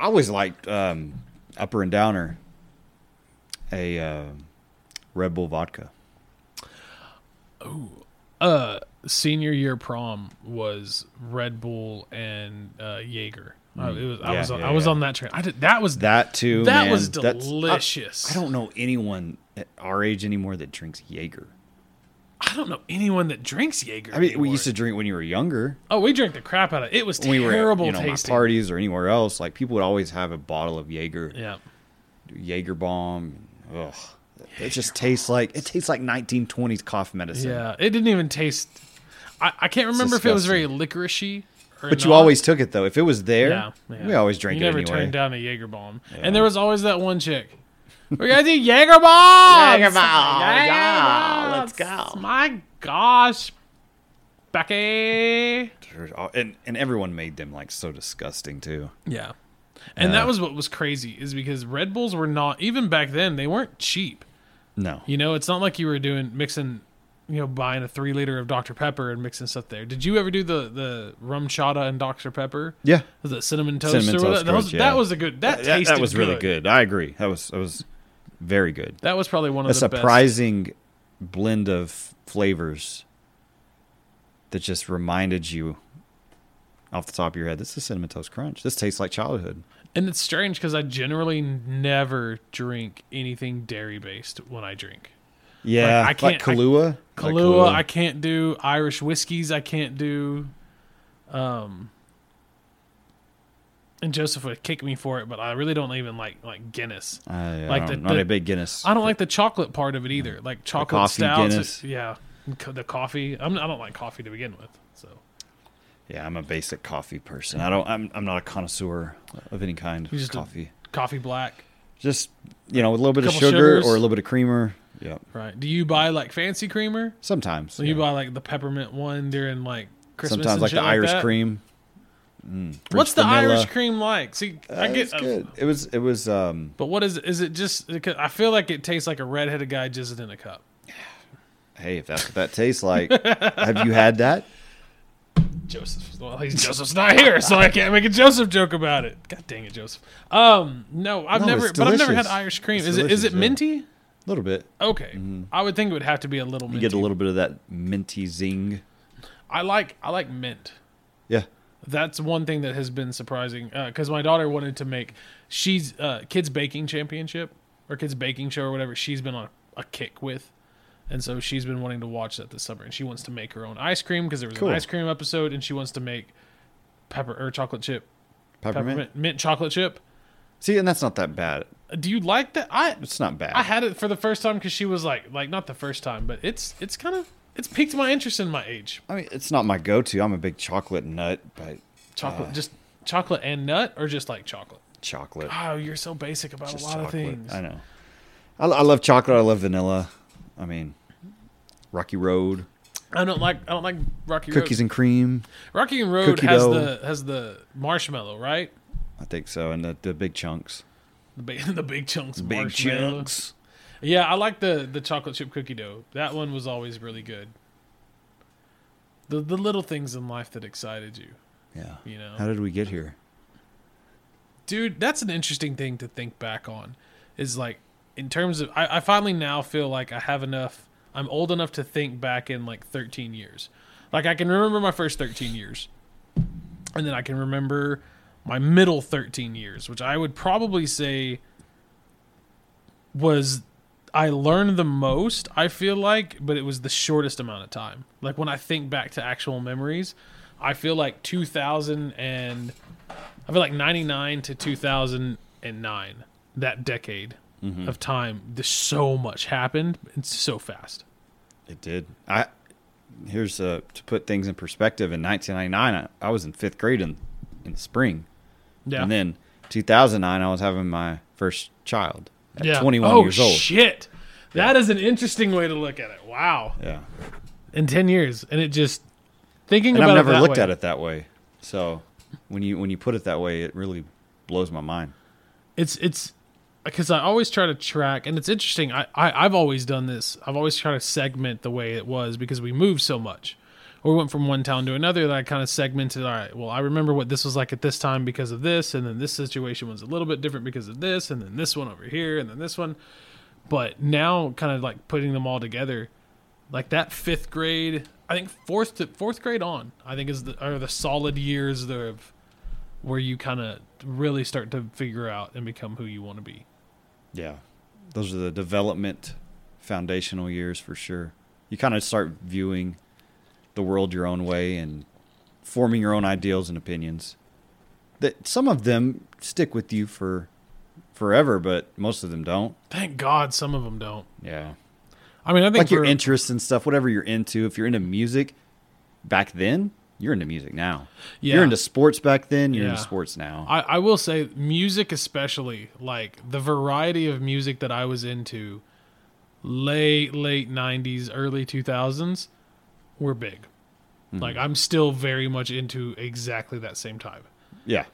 S1: I always liked um, Upper and Downer, a uh, Red Bull vodka.
S2: Uh, senior year prom was Red Bull and uh, Jaeger. I, it was, I
S1: Yeah,
S2: was on,
S1: yeah,
S2: I was
S1: yeah.
S2: on that train. I did, that was
S1: Mm. That too.
S2: That
S1: man,
S2: was
S1: that's- I-
S2: delicious.
S1: I, don't know anyone at our age anymore that drinks Jaeger.
S2: I don't know anyone that drinks Jaeger.
S1: I mean, we
S2: anymore.
S1: used to drink when you were younger.
S2: Oh, we drank the crap out of it. It was
S1: When we were at,
S2: terrible
S1: you know, my
S2: tasting.
S1: parties or anywhere else. Like people would always have a bottle of Jaeger,
S2: Yeah.
S1: Jaeger bomb. Ugh, it just tastes like it tastes like 1920s cough medicine.
S2: Yeah. It didn't even taste. I, I can't remember if it was very licoricey. Or
S1: But you
S2: not.
S1: always took it though. If it was there,
S2: Yeah, yeah.
S1: we always drank
S2: You
S1: it
S2: never
S1: anyway.
S2: turned down a Jaeger bomb. And there was always that one chick. We gotta do Jaeger bombs.
S1: Jaeger bombs,
S2: Jaeger
S1: yeah, let's
S2: bombs.
S1: go.
S2: My gosh, Becky.
S1: and and everyone made them like so disgusting too.
S2: Yeah. And that was what was crazy is because Red Bulls were not even back then. They weren't cheap.
S1: No,
S2: You know, it's not like you were doing mixing, you know, buying a three liter of Dr Pepper and mixing stuff there. Did you ever do the the rum chata and Dr Pepper?
S1: yeah,
S2: Was it cinnamon toast
S1: Cinnamon
S2: or whatever?
S1: Toast
S2: that, was,
S1: Crunch, yeah.
S2: that was a good. That,
S1: that,
S2: tasted
S1: was really
S2: good.
S1: good. I agree. That was that was very good.
S2: That was probably one of
S1: A
S2: the best.
S1: surprising blend of flavors that just reminded you off the top of your head. This is cinnamon toast crunch. This tastes like childhood.
S2: And it's strange because I generally never drink anything dairy based when I drink.
S1: Yeah,
S2: I
S1: like,
S2: can't- I-
S1: Kahlua. Like
S2: Kahlua, I can't do Irish whiskeys. I can't do. Um, and Joseph would kick me for it, but I really don't even like like Guinness.
S1: I,
S2: like
S1: like
S2: the-
S1: Uh, not
S2: the-
S1: a big Guinness.
S2: I don't like the chocolate part of it either. Like chocolate
S1: coffee,
S2: stouts,
S1: Guinness.
S2: yeah. Co- The coffee. I'm, I don't like coffee to begin with. So
S1: yeah, I'm a basic coffee person. I don't. I'm I'm not a connoisseur of any kind
S2: You
S1: of
S2: just a-
S1: coffee.
S2: coffee black,
S1: just you know a little bit of
S2: Couple
S1: sugar
S2: sugars.
S1: or a little bit of creamer. Yeah,
S2: right? Do you buy like fancy creamer?
S1: sometimes.
S2: So
S1: yeah.
S2: you buy like the peppermint one during like Christmas.
S1: sometimes
S2: and
S1: like
S2: shit
S1: the Irish
S2: that?
S1: cream. Mm,
S2: What's
S1: rich
S2: the
S1: vanilla.
S2: Irish cream like? See, I
S1: Uh,
S2: get,
S1: it's good. It was it was um
S2: but what is it? Is it just? because I feel like it tastes like a redheaded guy jizzed in a cup.
S1: hey if that's what that tastes like. Have you had that?
S2: Joseph, well, he's Joseph's not here, so I can't make a Joseph joke about it. God dang it, Joseph. Um, no, I've
S1: No,
S2: never,
S1: it's
S2: but I've never had
S1: delicious.
S2: Irish cream.
S1: It's
S2: is it is
S1: delicious,
S2: it
S1: yeah.
S2: minty?
S1: A little bit.
S2: Okay, I would think it would have to be a little
S1: Mm-hmm. You
S2: minty.
S1: get a little bit of that minty zing.
S2: I like I like mint.
S1: Yeah.
S2: That's one thing that has been surprising because my daughter wanted to make she's uh, kids baking championship or kids baking show or whatever she's been on a kick with, and so she's been wanting to watch that this summer and she wants to make her own ice cream because there was
S1: Cool.
S2: an ice cream episode and she wants to make pepper or chocolate chip
S1: Peppermint.
S2: peppermint mint chocolate chip.
S1: See, and that's not that bad.
S2: Uh, Do you like that? I
S1: It's not bad.
S2: I had it for the first time because she was like like not the first time but it's it's kind of it's piqued my interest in my age
S1: I mean, it's not my go-to. I'm a big chocolate nut, but
S2: chocolate just chocolate and nut or just like chocolate.
S1: chocolate.
S2: Oh, you're so basic about
S1: just
S2: a lot
S1: chocolate.
S2: of things.
S1: I know. I, I love chocolate. I love vanilla. I mean, Rocky Road
S2: I don't like I don't like Rocky
S1: cookies
S2: Road.
S1: and cream.
S2: Rocky and Road
S1: cookie
S2: has
S1: dough.
S2: the has the marshmallow, right?
S1: I think so, and the, the big chunks.
S2: The big the big chunks of marshmallow. Yeah, I like the the chocolate chip cookie dough. That one was always really good. The the little things in life that excited you,
S1: Yeah.
S2: you know.
S1: How did we get here?
S2: dude that's an interesting thing to think back on is like in terms of I, I finally now feel like i have enough i'm old enough to think back in like 13 years like i can remember my first 13 years and then i can remember my middle 13 years which i would probably say was i learned the most i feel like but it was the shortest amount of time like when i think back to actual memories i feel like 2000 and I feel like 99 to 2009, that decade
S1: Mm-hmm.
S2: of time, there's so much happened and so fast.
S1: It did. I here's uh, to put things in perspective. In 1999, I, I was in fifth grade in in the spring,
S2: Yeah.
S1: and then 2009, I was having my first child at
S2: yeah.
S1: 21
S2: oh,
S1: years old.
S2: shit. That is an interesting way to look at it. Wow.
S1: Yeah.
S2: In 10 years. And it just, thinking
S1: And
S2: about
S1: I've never
S2: it that
S1: looked
S2: way,
S1: at it that way. So when you when you put it that way, it really blows my mind.
S2: it's it's because I always try to track, and it's interesting. I, I I've always done this. I've always tried to segment the way it was because we moved so much. We went from one town to another that I kind of segmented. All right, well, I remember what this was like at this time because of this, and then this situation was a little bit different because of this, and then this one over here, and then this one. But now, kind of like putting them all together, like that fifth grade, I think fourth to fourth grade on, I think is the are the solid years there of where you kind of really start to figure out and become who you want to be.
S1: Yeah. Those are the development foundational years for sure. You kind of start viewing the world your own way and forming your own ideals and opinions. That some of them stick with you for forever, but most of them don't.
S2: Thank God some of them don't.
S1: Yeah.
S2: I mean, I think
S1: Like your
S2: we're-
S1: interests and stuff, whatever you're into. If you're into music back then, you're into music now.
S2: yeah,
S1: You're into sports back then, you're
S2: Yeah.
S1: into sports now.
S2: I, I will say music especially like the variety of music that I was into late late 90s early 2000s were big.
S1: Mm-hmm.
S2: Like I'm still very much into exactly that same type.
S1: yeah.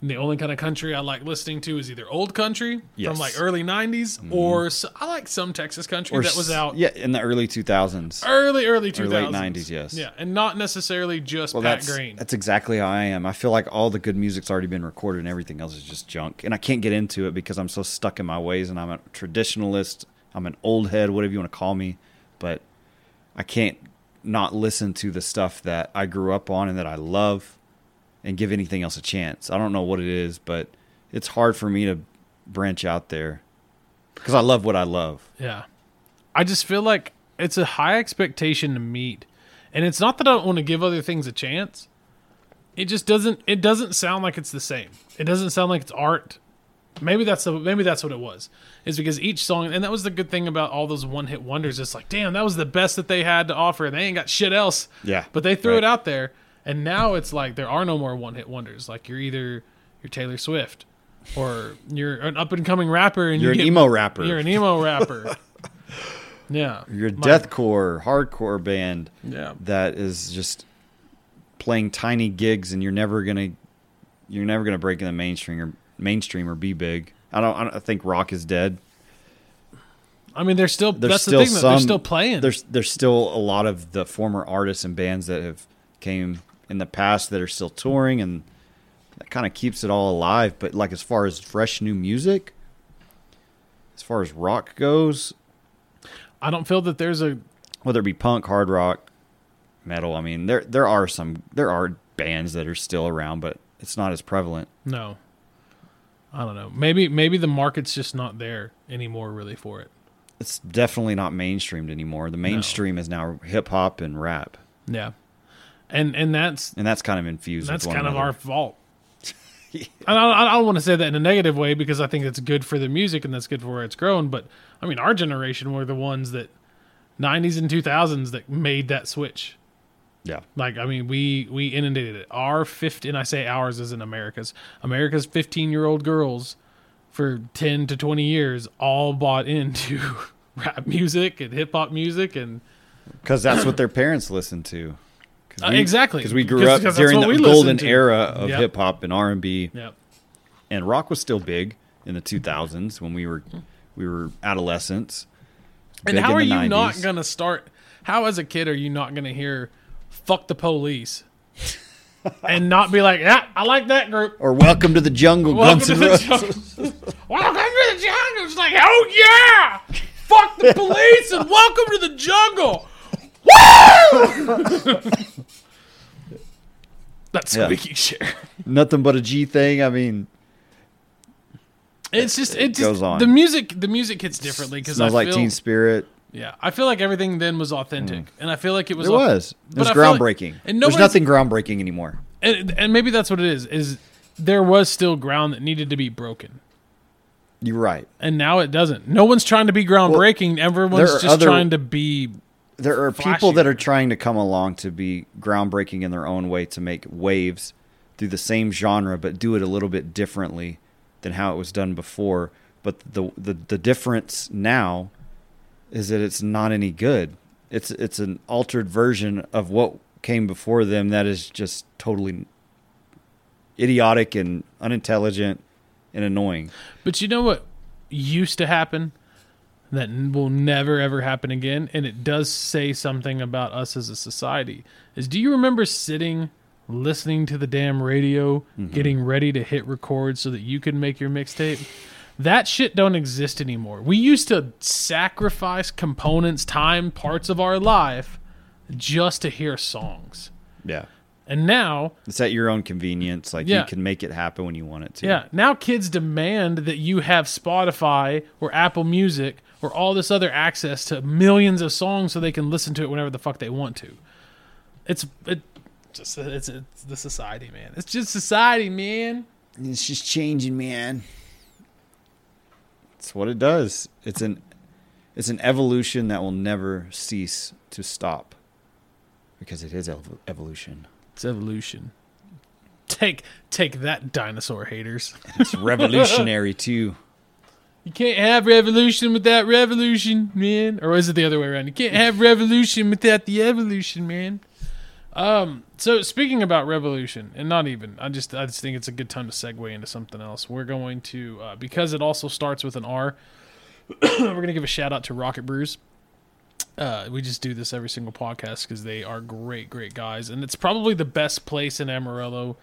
S2: And the only kind of country I like listening to is either old country
S1: Yes. Mm-hmm.
S2: from like early 90s or s I I like some Texas country that was
S1: s-
S2: out
S1: Yeah, in the early 2000s.
S2: early early 2000s
S1: Or late 90s, yes.
S2: yeah and not necessarily just
S1: Well,
S2: pat
S1: that's,
S2: green
S1: that's exactly how I am. I feel like all the good music's already been recorded and everything else is just junk. And I can't get into it because I'm so stuck in my ways and I'm a traditionalist. I'm an old head, whatever you want to call me. But I can't not listen to the stuff that I grew up on and that I love and give anything else a chance. I don't know what it is, but it's hard for me to branch out there because I love what I love.
S2: yeah i just feel like it's a high expectation to meet and it's not that i don't want to give other things a chance it just doesn't it doesn't sound like it's the same it doesn't sound like it's art maybe that's the maybe that's what it was is because each song and that was the good thing about all those one hit wonders it's like damn that was the best that they had to offer they ain't got shit else
S1: Yeah.
S2: But they threw
S1: Right.
S2: it out there, and now it's like there are no more one hit wonders. Like you're either you're Taylor Swift, or you're an up and coming rapper, and
S1: You're
S2: you
S1: an
S2: get-
S1: emo rapper.
S2: You're an emo rapper. yeah,
S1: You're a
S2: Like,
S1: deathcore, hardcore band.
S2: Yeah,
S1: that is just playing tiny gigs and you're never gonna you're never gonna break in the mainstream or mainstream or be big. I don't I, don't, I think rock is dead.
S2: I mean they're still
S1: There's
S2: that's
S1: still
S2: the thing that
S1: some
S2: they're still playing.
S1: There's there's still a lot of the former artists and bands that have came in the past that are still touring and that kind of keeps it all alive. But like as far as fresh new music, as far as rock goes,
S2: I don't feel that there's a
S1: whether it be punk, hard rock, metal. I mean, there there are some there are bands that are still around, but it's not as prevalent.
S2: no. I don't know. Maybe maybe the market's just not there anymore really for it.
S1: It's definitely not mainstreamed anymore. The mainstream is now hip hop and rap,
S2: Yeah. And and that's
S1: and that's kind of infused.
S2: That's
S1: with one
S2: kind of
S1: another.
S2: our fault. And I, I don't want to say that in a negative way because I think it's good for the music and that's good for where it's grown. But I mean, our generation were the ones that '90s and 2000s that made that switch.
S1: yeah.
S2: Like, I mean, we we inundated it. Our 15, and I say ours as in America's, America's 15 year old girls for 10 to 20 years all bought into rap music and hip hop music and
S1: Because that's what their parents listened to.
S2: Uh, exactly.
S1: Because we grew
S2: 'Cause-
S1: up
S2: 'cause that's
S1: during
S2: what
S1: the
S2: we
S1: golden
S2: listened to.
S1: era of
S2: Yep.
S1: hip hop and R and B,
S2: yeah,
S1: and rock was still big in the 2000s when we were we were adolescents.
S2: And
S1: big
S2: how
S1: in
S2: are
S1: the
S2: you
S1: 90s.
S2: not going to start? How, as a kid, are you not going to hear fuck the police and not be like, yeah, I like that group?
S1: Or welcome to the jungle,
S2: Welcome
S1: Guns
S2: to
S1: N'
S2: the
S1: Roses.
S2: jungle. welcome to the jungle. It's like, oh, yeah. Fuck the police and welcome to the jungle. Woo! That's
S1: Yeah.
S2: squeaky share.
S1: Nothing but a G thing. I mean,
S2: It's just it, just
S1: goes on.
S2: the music the music hits differently because I
S1: smells
S2: feel
S1: like Teen Spirit.
S2: yeah I feel like everything then was authentic and I feel like it was
S1: Mm. It
S2: au-
S1: was. It
S2: but
S1: was
S2: I feel like-
S1: groundbreaking.
S2: and
S1: There's
S2: nobody's-
S1: nothing groundbreaking anymore.
S2: and, and maybe that's what it is is there was still ground that needed to be broken
S1: You're right.
S2: and now it doesn't no one's trying to be groundbreaking everyone's
S1: there are
S2: just
S1: other-
S2: trying to be
S1: There are people that
S2: Flashier.
S1: are trying to come along to be groundbreaking in their own way to make waves through the same genre, but do it a little bit differently than how it was done before. But the the, the difference now is that it's not any good. It's it's an altered version of what came before them that is just totally idiotic and unintelligent and annoying.
S2: But you know what used to happen that n- will never ever happen again, and it does say something about us as a society. Is do you remember sitting, listening to the damn radio, getting ready to hit record so that you could make your mixtape? That shit don't exist anymore. We used to sacrifice components, time, parts of our life just to hear songs.
S1: Yeah.
S2: And now
S1: It's at your own convenience. Like
S2: Yeah.
S1: you can make it happen when you want it to.
S2: Yeah. Now kids demand that you have Spotify or Apple Music or all this other access to millions of songs so they can listen to it whenever the fuck they want to. It's it just it's, it's the society, man. It's just society, man.
S1: It's just changing, man. It's what it does. It's an it's an evolution that will never cease to stop because it is ev- evolution.
S2: It's evolution. Take take that dinosaur haters.
S1: It's revolutionary too.
S2: You can't have revolution without revolution, man. Or is it the other way around? You can't have revolution without the evolution, man. Um. So speaking about revolution, and not even, I just I just think it's a good time to segue into something else. We're going to uh, because it also starts with an R. we're gonna give a shout out to Rocket Brews. Uh, we just do this every single podcast because they are great, great guys, and it's probably the best place in Amarillo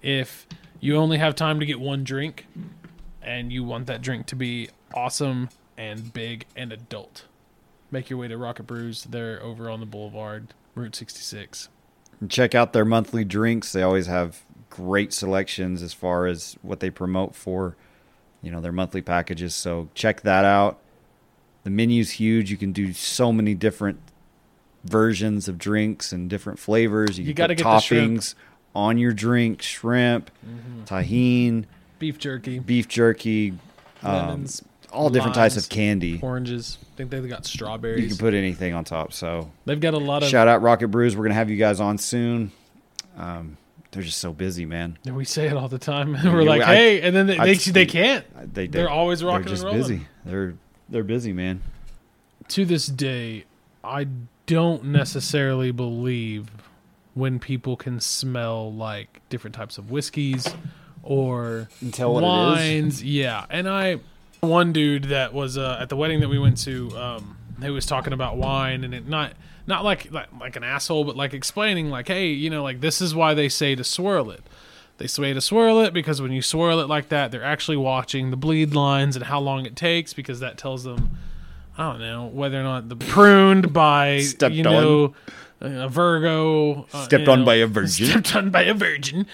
S2: if you only have time to get one drink and you want that drink to be awesome and big and adult, make your way to Rocket Brews. They're over on the Boulevard, Route 66.
S1: And check out their monthly drinks. They always have great selections as far as what they promote for, you know, their monthly packages. So check that out. The menu's huge. You can do so many different versions of drinks and different flavors. You,
S2: You
S1: can
S2: gotta
S1: put
S2: get the shrimp. Mm-hmm.
S1: toppings on your drink, shrimp, tahine,
S2: Beef jerky,
S1: beef jerky, um,
S2: lemons,
S1: all different types
S2: limes,
S1: of candy.
S2: oranges. I think they've got
S1: You
S2: strawberries.
S1: can put anything on top. So
S2: they've got a lot of.
S1: shout out Rocket Brews. We're gonna have you guys on soon. Um, they're just so busy, man.
S2: and we say it all the time, and we're
S1: Yeah,
S2: like,
S1: I-
S2: "Hey," and then they
S1: I-
S2: they, they can't.
S1: They, they
S2: They're always rocking
S1: They're just
S2: and rolling.
S1: busy. They're they're busy, man.
S2: To this day, I don't necessarily believe when people can smell like different types of whiskeys or
S1: And tell what it is.
S2: wines. Yeah, and I one dude that was uh, at the wedding that we went to, um, who was talking about wine and it not not like, like like an asshole, but like explaining like, hey, you know, like this is why they say to swirl it. They say to swirl it because when you swirl it like that, they're actually watching the bleed lines and how long it takes because that tells them, I don't know, whether or not the pruned by
S1: Stepped
S2: you know uh, a Virgo uh,
S1: Stepped
S2: you
S1: on
S2: know,
S1: by a virgin.
S2: stepped on by a virgin,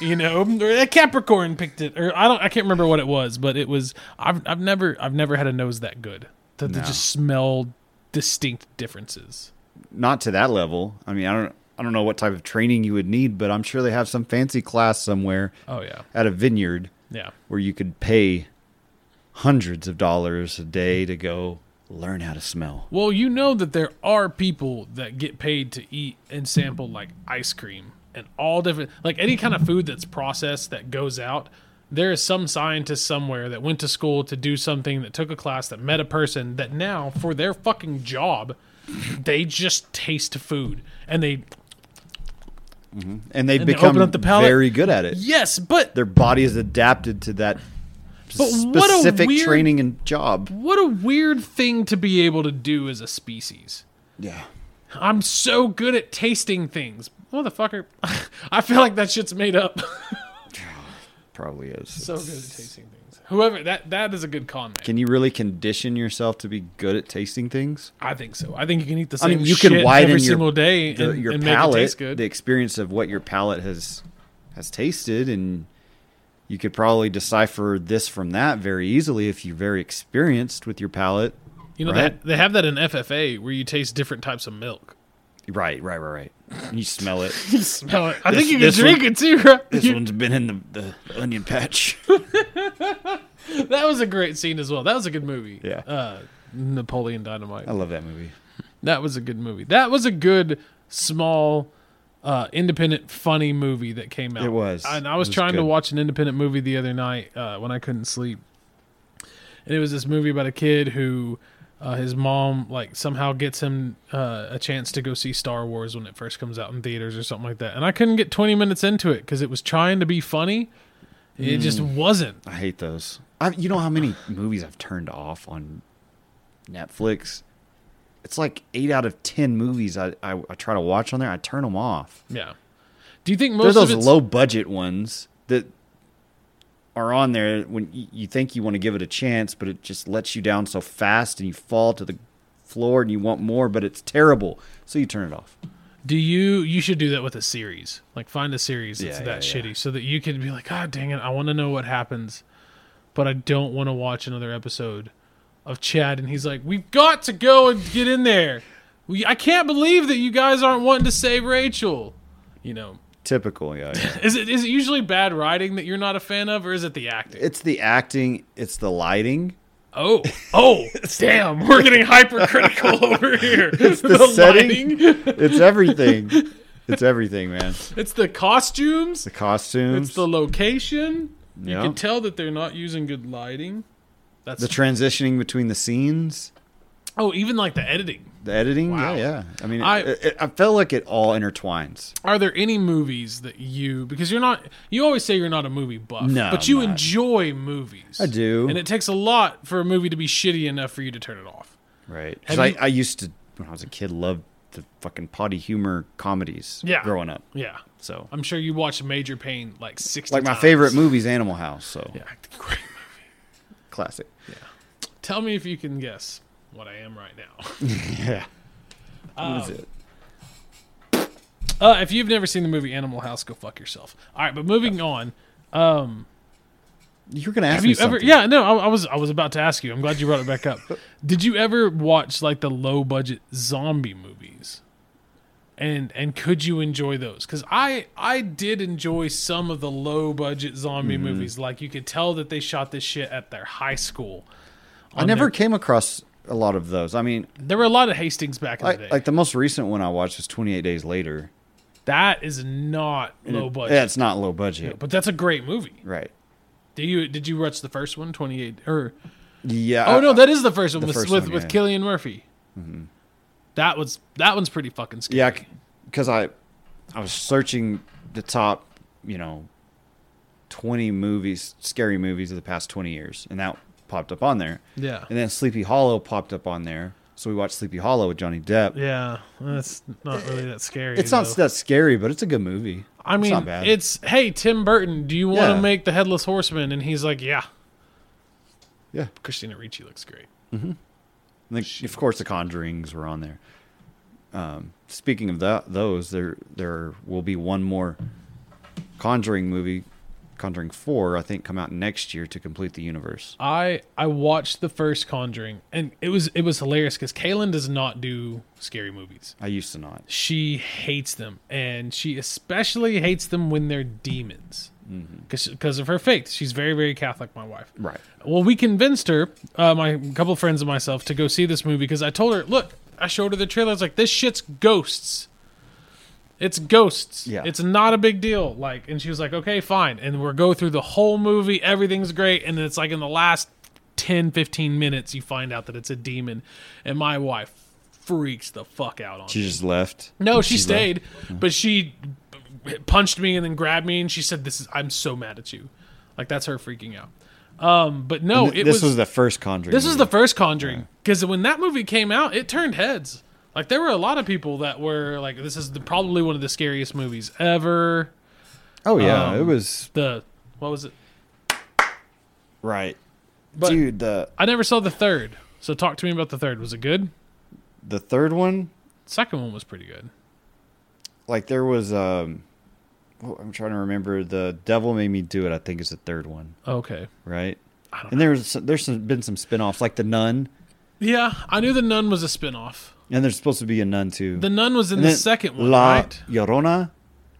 S2: you know, or a Capricorn picked it, or I don't, I can't remember what it was, but it was. I've, I've never, I've never had a nose that good that they
S1: No.
S2: just smell distinct differences.
S1: Not to that level. I mean, I don't I don't know what type of training you would need, but I'm sure they have some fancy class somewhere
S2: Oh yeah,
S1: at a vineyard
S2: yeah.
S1: where you could pay hundreds of dollars a day to go learn how to smell.
S2: Well, you know that there are people that get paid to eat and sample like ice cream and all different, like any kind of food that's processed that goes out. There is some scientist somewhere that went to school to do something that took a class that met a person that now, for their fucking job, they just taste food and they,
S1: And they
S2: they
S1: become
S2: open up the palate.
S1: very good at it.
S2: yes, but
S1: Their body is adapted to that
S2: But what a
S1: specific
S2: weird-
S1: training and job.
S2: what a weird thing to be able to do as a species.
S1: Yeah.
S2: I'm so good at tasting things. Motherfucker. I feel like that shit's made up.
S1: Probably is.
S2: so good at tasting things. Whoever that that is a good con man.
S1: can you really condition yourself to be good at tasting things?
S2: I think so. I think you can eat the
S1: I
S2: same.
S1: mean, you
S2: shit
S1: can widen
S2: every
S1: your-
S2: single day
S1: the,
S2: and,
S1: your
S2: and
S1: palate,
S2: make it taste good.
S1: the experience of what your palate has has tasted, and you could probably decipher this from that very easily if you're very experienced with your palate.
S2: you know
S1: right?
S2: that they have that in FFA where you taste different types of milk.
S1: Right, right, right, right. You smell it.
S2: You smell it. I think you can
S1: this
S2: drink
S1: one-
S2: it too. Right?
S1: this
S2: You-
S1: one's been in the, the onion patch.
S2: that was a great scene as well. That was a good movie.
S1: Yeah.
S2: Uh, Napoleon Dynamite.
S1: I love that movie.
S2: That was a good movie. That was a good small, uh, independent, funny movie that came out.
S1: It was.
S2: And I
S1: It
S2: was,
S1: was
S2: trying to
S1: good.
S2: watch an independent movie the other night uh, when I couldn't sleep, and it was this movie about a kid who Uh, his mom like somehow gets him uh, a chance to go see Star Wars when it first comes out in theaters or something like that. And I couldn't get 20 minutes into it because it was trying to be funny. It just
S1: Hmm.
S2: wasn't.
S1: I hate those. I, you know how many movies I've turned off on Netflix? It's like eight out of ten movies I, I, I try to watch on there. I turn them off.
S2: Yeah. Do you think
S1: They're
S2: most
S1: those
S2: of it's
S1: low budget ones that are on there when you, you think you want to give it a chance, but it just lets you down so fast and you fall to the floor and you want more, but it's terrible. So you turn it off.
S2: Do you you should do that with a series. Like find a series that's
S1: Yeah,
S2: that
S1: yeah,
S2: shitty so that you can be like, God dang it, I want to know what happens, but I don't want to watch another episode of Chad and he's like, We've got to go and get in there. We, I can't believe that you guys aren't wanting to save Rachel. You know.
S1: Typical, yeah. yeah.
S2: Is it is it usually bad writing that you're not a fan of, or is it the acting?
S1: it's the acting, it's the lighting.
S2: Oh, oh, damn! We're getting hypercritical over here. It's
S1: the setting. It's everything. it's everything, man.
S2: It's the costumes.
S1: The costumes.
S2: It's the location. You
S1: Yeah.
S2: can tell that they're not using good lighting. That's
S1: the transitioning between the scenes,
S2: oh, even like the editing.
S1: the editing.
S2: Wow.
S1: Yeah, yeah. I mean,
S2: I-
S1: I, it, it- I feel like it all intertwines.
S2: Are there any movies that you because you're not you always say you're not a movie buff,
S1: No,
S2: but you
S1: I'm not.
S2: enjoy movies.
S1: I do.
S2: and it takes a lot for a movie to be shitty enough for you to turn it off.
S1: Right. Because
S2: Have
S1: I,
S2: you-
S1: I used to, when I was a kid, love the fucking potty humor comedies
S2: Yeah.
S1: growing up.
S2: Yeah,
S1: So,
S2: I'm sure you watched Major Pain like sixty.
S1: like, my
S2: times.
S1: favorite movie's Animal House. So,
S2: Yeah, great movie.
S1: classic.
S2: Tell me if you can guess what I am right now.
S1: Yeah. what is it?
S2: Uh, if you've never seen the movie Animal House, go fuck yourself. All right, but moving on.
S1: You're going to ask
S2: Have
S1: me
S2: you ever?
S1: something.
S2: Yeah, no, I, I was I was about to ask you. I'm glad you brought it back up. Did you ever watch like the low budget zombie movies? And and could you enjoy those? Because I I did enjoy some of the low budget zombie movies. Like you could tell that they shot this shit at their high school.
S1: I never came across a lot of those. I mean,
S2: There were a lot of Hastings back in the day.
S1: like, like the most recent one I watched was 28 Days Later.
S2: that is not low budget,
S1: Yeah, it's not low budget.
S2: but that's a great movie.
S1: Right.
S2: Do you did you watch the first one? Twenty eight or
S1: Yeah.
S2: Oh
S1: I-
S2: no, that is the first one
S1: the
S2: with
S1: first
S2: with,
S1: one,
S2: with
S1: yeah. Mm-hmm.
S2: Killian Murphy. That was that one's pretty fucking scary.
S1: Yeah, because I, I was searching the top, you know, twenty movies, scary movies of the past twenty years, and that popped up on there.
S2: Yeah.
S1: And then Sleepy Hollow popped up on there, so we watched Sleepy Hollow with Johnny Depp.
S2: yeah, that's not really that scary.
S1: it's not
S2: though.
S1: that scary, but it's a good movie.
S2: I mean,
S1: it's
S2: it's,
S1: not bad.
S2: hey Tim Burton, do you want to
S1: Yeah.
S2: make the Headless Horseman? And he's like, yeah,
S1: yeah.
S2: Christina Ricci looks great.
S1: And then, of course, The Conjuring's were on there. Um, speaking of that, those there there will be one more Conjuring movie, Conjuring Four, I think, come out next year to complete the universe.
S2: I I watched the first Conjuring, and it was it was hilarious because Kaylin does not do scary movies.
S1: I used to not.
S2: she hates them and she especially hates them when they're demons because of her faith she's very very catholic my wife
S1: Mm-hmm. Right.
S2: well we convinced her uh, my a couple friends and myself to go see this movie because i told her look i showed her the trailer i was like this shit's ghosts it's ghosts
S1: Yeah.
S2: it's not a big deal like and she was like okay fine and we're go through the whole movie everything's great and then it's like in the last 10 15 minutes you find out that it's a demon and my wife freaks the fuck out on
S1: She just left.
S2: no, she,
S1: She's
S2: stayed, but she punched me and then grabbed me, and she said, "This is I'm so mad at you." Like that's her freaking out. Um, but no,
S1: Th-
S2: it
S1: this was,
S2: was,
S1: the first Conjuring.
S2: this was
S1: movie.
S2: the first Conjuring because when that movie came out, it turned heads. Like there were a lot of people that were like, "This is the, probably one of the scariest movies ever."
S1: Oh yeah,
S2: um,
S1: it was
S2: The what was it?
S1: right.
S2: But-
S1: Dude, the
S2: I never saw the third, so talk to me about the third. Was it good?
S1: the third one,
S2: Second one was pretty good.
S1: like there was um oh, I'm trying to remember the Devil Made Me Do It, I think is the third one,
S2: Okay.
S1: right?
S2: I don't
S1: And there's there's some, been some spin-offs like The Nun,
S2: Yeah, I knew the nun was a spinoff.
S1: and there's supposed to be a nun too.
S2: The nun was in
S1: And
S2: the
S1: then
S2: second one,
S1: La
S2: right?
S1: Llorona,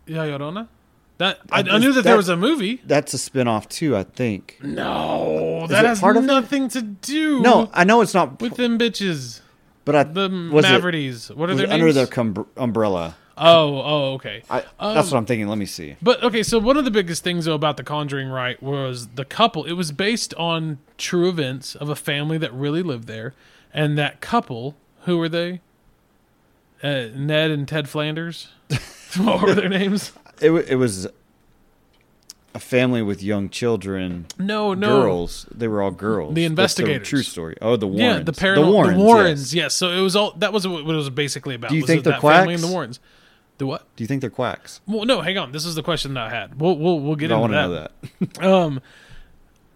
S2: Yeah, Llorona? That I, I
S1: Uh,
S2: knew
S1: is
S2: that, there
S1: that-
S2: was a movie.
S1: that's a spin-off too, I think.
S2: Mm-hmm. No,
S1: that
S2: that
S1: it
S2: has
S1: has part of it?
S2: nothing to do.
S1: No, I know it's not
S2: with them bitches,
S1: but I
S2: the
S1: was it,
S2: Mavericks. What are
S1: was
S2: their
S1: it under
S2: names?
S1: the cum- umbrella.
S2: oh, oh, okay.
S1: I, that's
S2: Um,
S1: what I'm thinking. Let me see.
S2: But okay, so one of the biggest things though about The Conjuring, right, was the couple. It was based on true events of a family that really lived there, and that couple, who were they? Uh, Ned and Ted Flanders. what were their names?
S1: It, wa- it was a family with young children,
S2: No, no.
S1: girls. They were all girls.
S2: The
S1: That's
S2: investigators.
S1: true story. Oh, the Warrens.
S2: Yeah, the paranormal. The Warrens.
S1: Warrens, yes.
S2: yes. So it was all that was what it was basically about.
S1: Do you
S2: was
S1: think
S2: that
S1: they're
S2: that family
S1: quacks?
S2: and the Warrens? The what?
S1: Do you think they're quacks?
S2: Well, no, hang on. This is the question that I had. We'll we'll, we'll get
S1: I
S2: into
S1: want to
S2: that.
S1: know that.
S2: Um,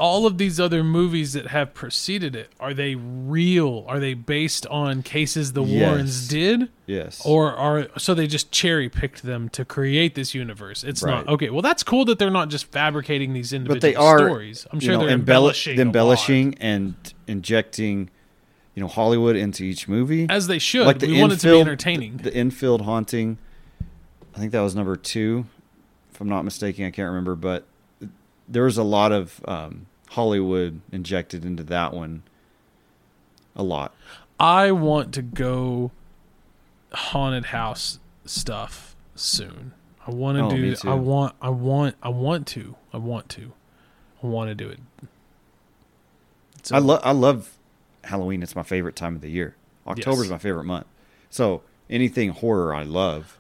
S2: all of these other movies that have preceded it are they real? Are they based on cases the
S1: Yes.
S2: Warrens did?
S1: Yes.
S2: Or are so they just cherry picked them to create this universe? It's not
S1: Right.
S2: okay. Well, that's cool that they're not just fabricating these individual
S1: but they are
S2: stories. I'm
S1: you
S2: sure
S1: know,
S2: they're
S1: embelli-
S2: embellishing, a lot.
S1: embellishing and injecting, you know, Hollywood into each movie.
S2: as they should.
S1: like the
S2: we want it to be
S1: infield-
S2: entertaining.
S1: the infield haunting. I think that was number two, if I'm not mistaken. I can't remember, but there was a lot of um, Hollywood injected into that one. A lot.
S2: I want to go haunted house stuff soon. I want to
S1: Oh,
S2: do.
S1: me too.
S2: I want. I want. I want to. I want to. I want to do it. So-
S1: I love I love Halloween. It's my favorite time of the year. October's my favorite month. So anything horror, I love.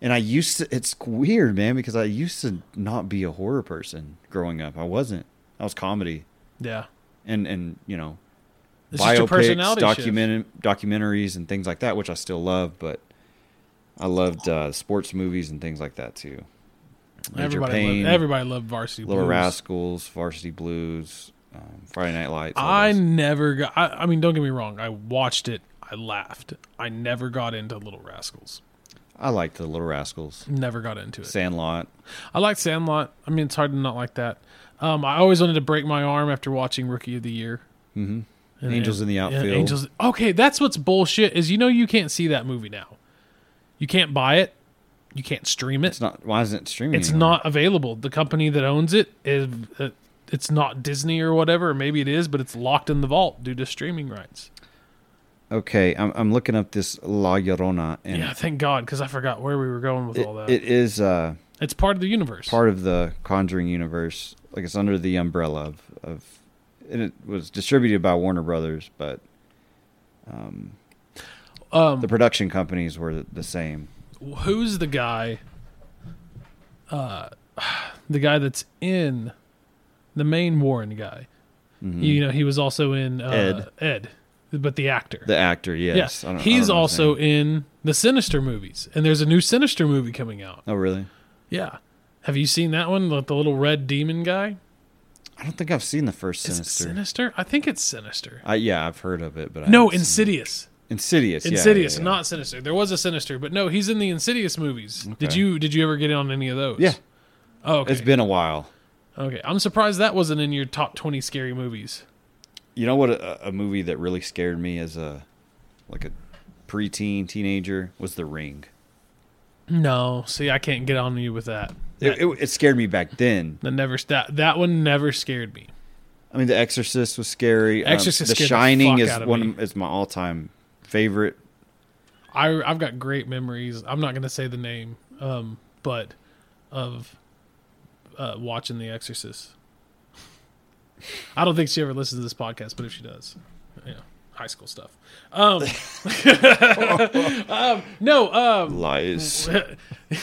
S1: And I used to. It's weird, man, because I used to not be a horror person growing up. I wasn't. I was comedy
S2: Yeah.
S1: and and you know
S2: It's just a
S1: biopics,
S2: personality shift.
S1: document documentaries, and things like that, which I still love. But I loved uh, sports movies and things like that too. Major
S2: Everybody.
S1: Payne,
S2: loved, everybody loved Varsity
S1: Little
S2: Blues.
S1: Rascals, Varsity Blues, um, Friday Night Lights. all
S2: I
S1: those.
S2: never got. I, I mean, don't get me wrong. I watched it. I laughed. I never got into Little Rascals.
S1: I liked the Little Rascals,
S2: Never got into it.
S1: Sandlot.
S2: I liked Sandlot. I mean, it's hard to not like that. Um, I always wanted to break my arm after watching Rookie of the Year. Mm-hmm.
S1: Angels in the Outfield.
S2: Angels. Okay, that's what's bullshit. Is you know you can't see that movie now. You can't buy it. You can't stream it.
S1: It's not. Why isn't it streaming?
S2: It's
S1: anymore?
S2: not available. The company that owns it is. uh, It's not Disney or whatever. or Maybe it is, but it's locked in the vault due to streaming rights.
S1: Okay, I'm, I'm looking up this La Llorona, and
S2: Yeah, thank God, because I forgot where we were going with all that.
S1: it, it is uh,
S2: it's part of the universe.
S1: part of the Conjuring universe. Like it's under the umbrella of, of and it was distributed by Warner Brothers, but
S2: um,
S1: the production companies were the, the same.
S2: who's the guy uh the guy that's in the main Warren guy.
S1: Mm-hmm.
S2: You know, he was also in uh, Ed. but the actor.
S1: The actor, yes,
S2: yeah.
S1: I don't- I don't
S2: he's
S1: know his
S2: also
S1: name.
S2: in the Sinister movies, and there's a new Sinister movie coming out.
S1: Oh, really?
S2: Yeah, have you seen that one? The, the little red demon guy.
S1: I don't think I've seen the first
S2: Is
S1: Sinister.
S2: it Sinister? I think it's Sinister.
S1: I, yeah, I've heard of it, but I
S2: no,
S1: haven't seen
S2: Insidious.
S1: it. Insidious, yeah, yeah,
S2: Insidious,
S1: yeah.
S2: not Sinister. There was a Sinister, but no, he's in the Insidious movies. Did
S1: Okay.
S2: you did you ever get in on any of those?
S1: Yeah,
S2: Oh, okay.
S1: it's been a while.
S2: Okay, I'm surprised that wasn't in your top 20 scary movies.
S1: You know what? A, a movie that really scared me as a like a preteen teenager was The Ring.
S2: No, see, I can't get on you with that.
S1: It,
S2: That,
S1: it, it scared me back then.
S2: that never that that one never scared me.
S1: I mean, The Exorcist was scary. Um,
S2: Exorcist
S1: The
S2: scared the
S1: Shining
S2: fuck out
S1: is
S2: of
S1: one
S2: me.
S1: of, is my all time favorite.
S2: I I've got great memories. I'm not gonna say the name, um, but of uh, watching The Exorcist. I don't think she ever listens to this podcast, but if she does, yeah, high school stuff. Um, um, no, um,
S1: Lies.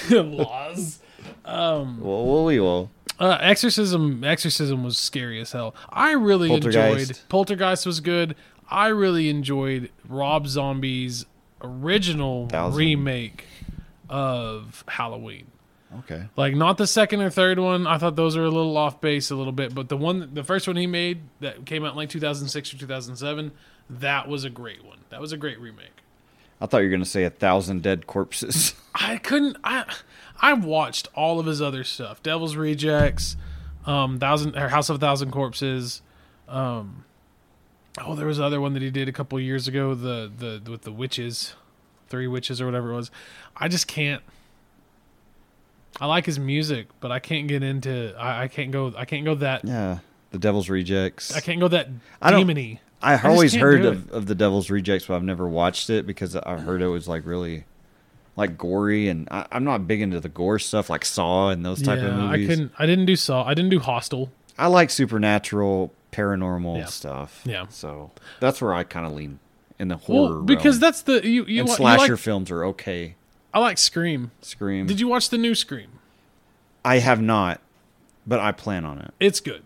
S2: laws.
S1: well, well, we will.
S2: Uh, Exorcism, Exorcism was scary as hell. I really
S1: Poltergeist.
S2: enjoyed Poltergeist was good. I really enjoyed Rob Zombie's original
S1: Thousand.
S2: remake of Halloween.
S1: Okay.
S2: Like not the second or third one. I thought those were a little off base a little bit, but the one, the first one he made that came out in like 2006 or 2007, that was a great one. That was a great remake.
S1: I thought you were going to say A Thousand Dead Corpses.
S2: I couldn't. I I watched all of his other stuff: Devil's Rejects, um, Thousand or House of a Thousand Corpses. Um, oh, there was another one that he did a couple years ago. The the with the witches, three witches or whatever it was. I just can't. I like his music, but I can't get into. I, I can't go. I can't go that.
S1: yeah. The Devil's Rejects.
S2: I can't go that
S1: I don't-
S2: demony.
S1: I
S2: just
S1: always
S2: can't
S1: heard
S2: do
S1: of, of the Devil's Rejects, but I've never watched it because I heard it was like really like gory, and I, I'm not big into the gore stuff like Saw and those type of
S2: Yeah, I
S1: movies.
S2: couldn't. I didn't do Saw. I didn't do Hostel.
S1: I like supernatural, paranormal
S2: Yeah.
S1: stuff.
S2: Yeah.
S1: So that's where I kind of lean in the
S2: Well,
S1: horror
S2: because
S1: realm.
S2: that's the you you,
S1: and
S2: like- you
S1: slasher
S2: like
S1: films are okay.
S2: I like Scream.
S1: Scream.
S2: Did you watch the new Scream?
S1: I have not, but I plan on it.
S2: It's good.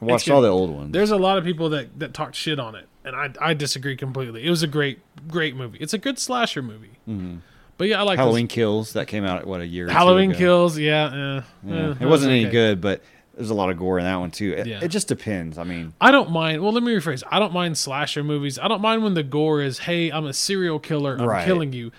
S1: I watched
S2: good.
S1: all the old ones.
S2: There's a lot of people that that talked shit on it, and I I disagree completely. It was a great great movie. It's a good slasher movie. But yeah, I like those-
S1: Mm-hmm. Halloween Kills that came out what a year. or two
S2: Halloween
S1: ago.
S2: kills. Yeah, eh, eh,
S1: Yeah. It
S2: that's
S1: wasn't any
S2: okay.
S1: good, but there's a lot of gore in that one too. It,
S2: Yeah.
S1: it just depends. I mean,
S2: I don't mind. Well, let me rephrase. I don't mind slasher movies. I don't mind when the gore is, "Hey, I'm a serial killer. I'm
S1: Right.
S2: killing you."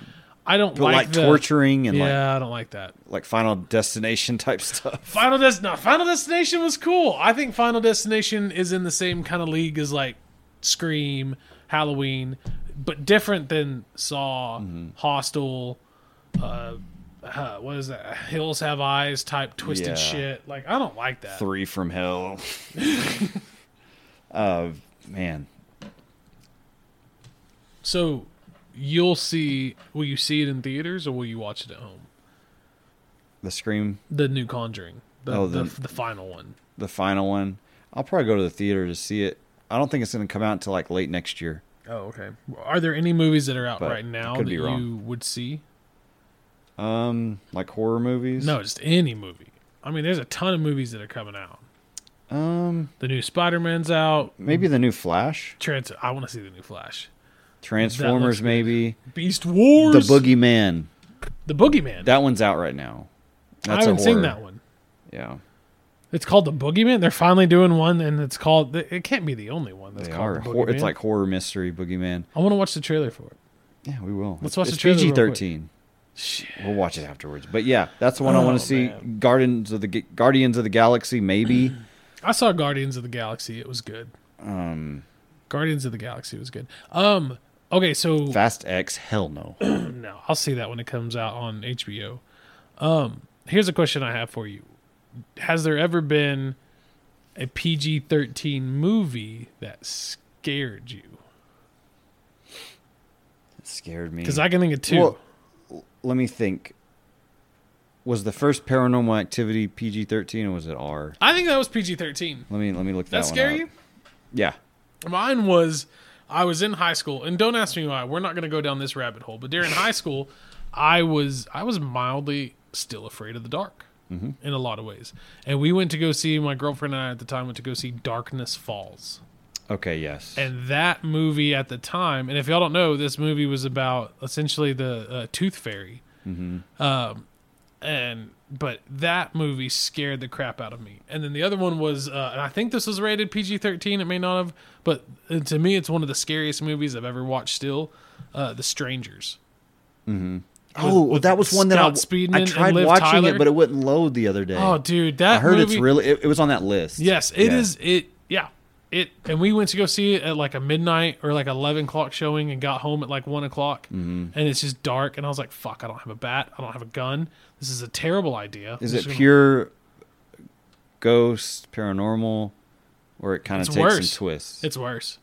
S2: I don't
S1: but like,
S2: the-
S1: torturing and like
S2: Yeah, I don't like that.
S1: like Final Destination type stuff.
S2: Final Des- no, Final Destination was cool. I think Final Destination is in the same kind of league as like Scream, Halloween, but different than Saw,
S1: Mm-hmm.
S2: Hostel, uh, uh, what is that? Hills Have Eyes type twisted
S1: Yeah.
S2: shit. Like I don't like that.
S1: Three from Hell. uh, man,
S2: So you'll see. Will you see it in theaters or will you watch it at home?
S1: the Scream,
S2: The new Conjuring, the
S1: Oh,
S2: the,
S1: the-
S2: the final one.
S1: the final one. I'll probably go to the theater to see it. I don't think it's going to come out until like late next year.
S2: Oh, okay. Are there any movies that are out
S1: But
S2: right
S1: I
S2: now
S1: could
S2: that
S1: be wrong.
S2: you would see?
S1: Um, like horror movies.
S2: No, just any movie. I mean, there's a ton of movies that are coming out.
S1: Um,
S2: The new Spider Man's out.
S1: maybe the new Flash,
S2: Trans- I want to see the new Flash.
S1: Transformers,
S2: good.
S1: maybe
S2: Beast Wars.
S1: the Boogeyman.
S2: The Boogeyman.
S1: That one's out right now. That's
S2: I
S1: a
S2: haven't seen
S1: horror.
S2: that one.
S1: Yeah,
S2: It's called The Boogeyman. They're finally doing one, and it's called. It can't be the only one that's
S1: they
S2: called
S1: are.
S2: The
S1: Hor-
S2: Boogeyman.
S1: it's like horror mystery Boogeyman.
S2: I want to watch the trailer for it.
S1: Yeah, we will.
S2: Let's watch
S1: it's
S2: the trailer real
S1: PG
S2: quick.
S1: thirteen. We'll watch it afterwards. But yeah, that's the one I
S2: Oh,
S1: want to see.
S2: man.
S1: Guardians of the Ga- Guardians of the Galaxy, maybe.
S2: I saw Guardians of the Galaxy. It was good.
S1: um,
S2: Guardians of the Galaxy was good. Um. Okay, so
S1: Fast X, hell no.
S2: No, I'll see that when it comes out on HBO. Um, here's a question I have for you: Has there ever been a PG-13 movie that scared you?
S1: It scared me.
S2: Because I can think of two.
S1: Well, l- let me think. Was the first Paranormal Activity PG thirteen or was it R?
S2: I think that was PG-13.
S1: Let me let me look that,
S2: That
S1: one
S2: scare
S1: up.
S2: you?
S1: Yeah.
S2: Mine was I was in high school, and don't ask me why. We're not going to go down this rabbit hole. But during high school, I was I was mildly still afraid of the dark
S1: Mm-hmm.
S2: in a lot of ways. And we went to go see my girlfriend and I at the time went to go see Darkness Falls.
S1: Okay. Yes.
S2: And that movie at the time, and if y'all don't know, this movie was about essentially the uh, tooth fairy.
S1: Mm-hmm.
S2: Um, and but that movie scared the crap out of me. And then the other one was, uh, and I think this was rated PG thirteen. It may not have, but uh, to me, it's one of the scariest movies I've ever watched. Still, uh, The Strangers.
S1: oh, well,
S2: with
S1: that was one that I,
S2: Scott Speedman
S1: I
S2: and
S1: tried
S2: Liv
S1: watching
S2: Tyler.
S1: it, but it wouldn't load the other day.
S2: Oh, dude, that
S1: I heard
S2: movie,
S1: it's really. It, it was on that list.
S2: Yes, it
S1: Yeah.
S2: is. It yeah. It and we went to go see it at like a midnight or like eleven o'clock showing, and got home at like one o'clock,
S1: Mm-hmm.
S2: mm and it's just dark. And I was like, "Fuck! I don't have a bat. I don't have a gun. This is a terrible idea."
S1: Is
S2: This
S1: it pure ghost paranormal, or it kind of
S2: It's
S1: takes
S2: worse.
S1: some twists?
S2: It's worse.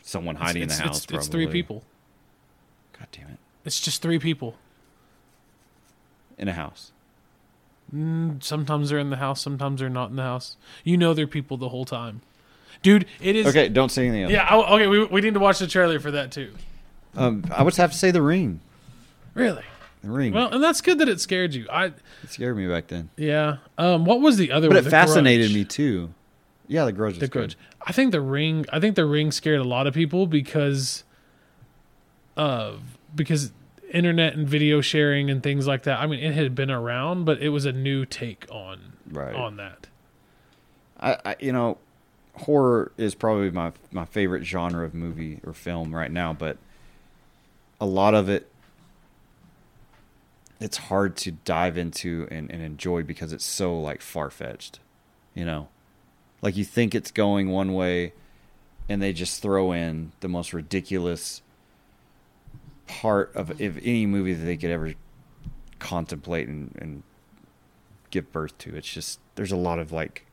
S1: someone hiding
S2: it's,
S1: in the house.
S2: It's, it's three
S1: probably.
S2: people.
S1: God damn it!
S2: It's just three people.
S1: In a house.
S2: Sometimes they're in the house. Sometimes they're not in the house. You know they're people the whole time, dude. It is.
S1: Okay, don't say anything. Else.
S2: Yeah. I, okay. We, we need to watch the trailer for that too.
S1: Um, I would have to say the ring.
S2: Really.
S1: The ring.
S2: Well, and that's good that it scared you. I
S1: it scared me back then,
S2: yeah. Um, what was the other?
S1: but
S2: one?
S1: it
S2: The
S1: fascinated
S2: Grudge.
S1: me too. Yeah, the grudge. Was
S2: The
S1: good.
S2: Grudge. I think the ring. I think the ring scared a lot of people because of because internet and video sharing and things like that. I mean, it had been around, but it was a new take on
S1: Right.
S2: on that.
S1: I, I, you know, horror is probably my my favorite genre of movie or film right now, but a lot of it it's hard to dive into and, and enjoy because it's so like far fetched, you know. Like you think it's going one way and they just throw in the most ridiculous part of if any movie that they could ever contemplate and, and give birth to. It's just there's a lot of like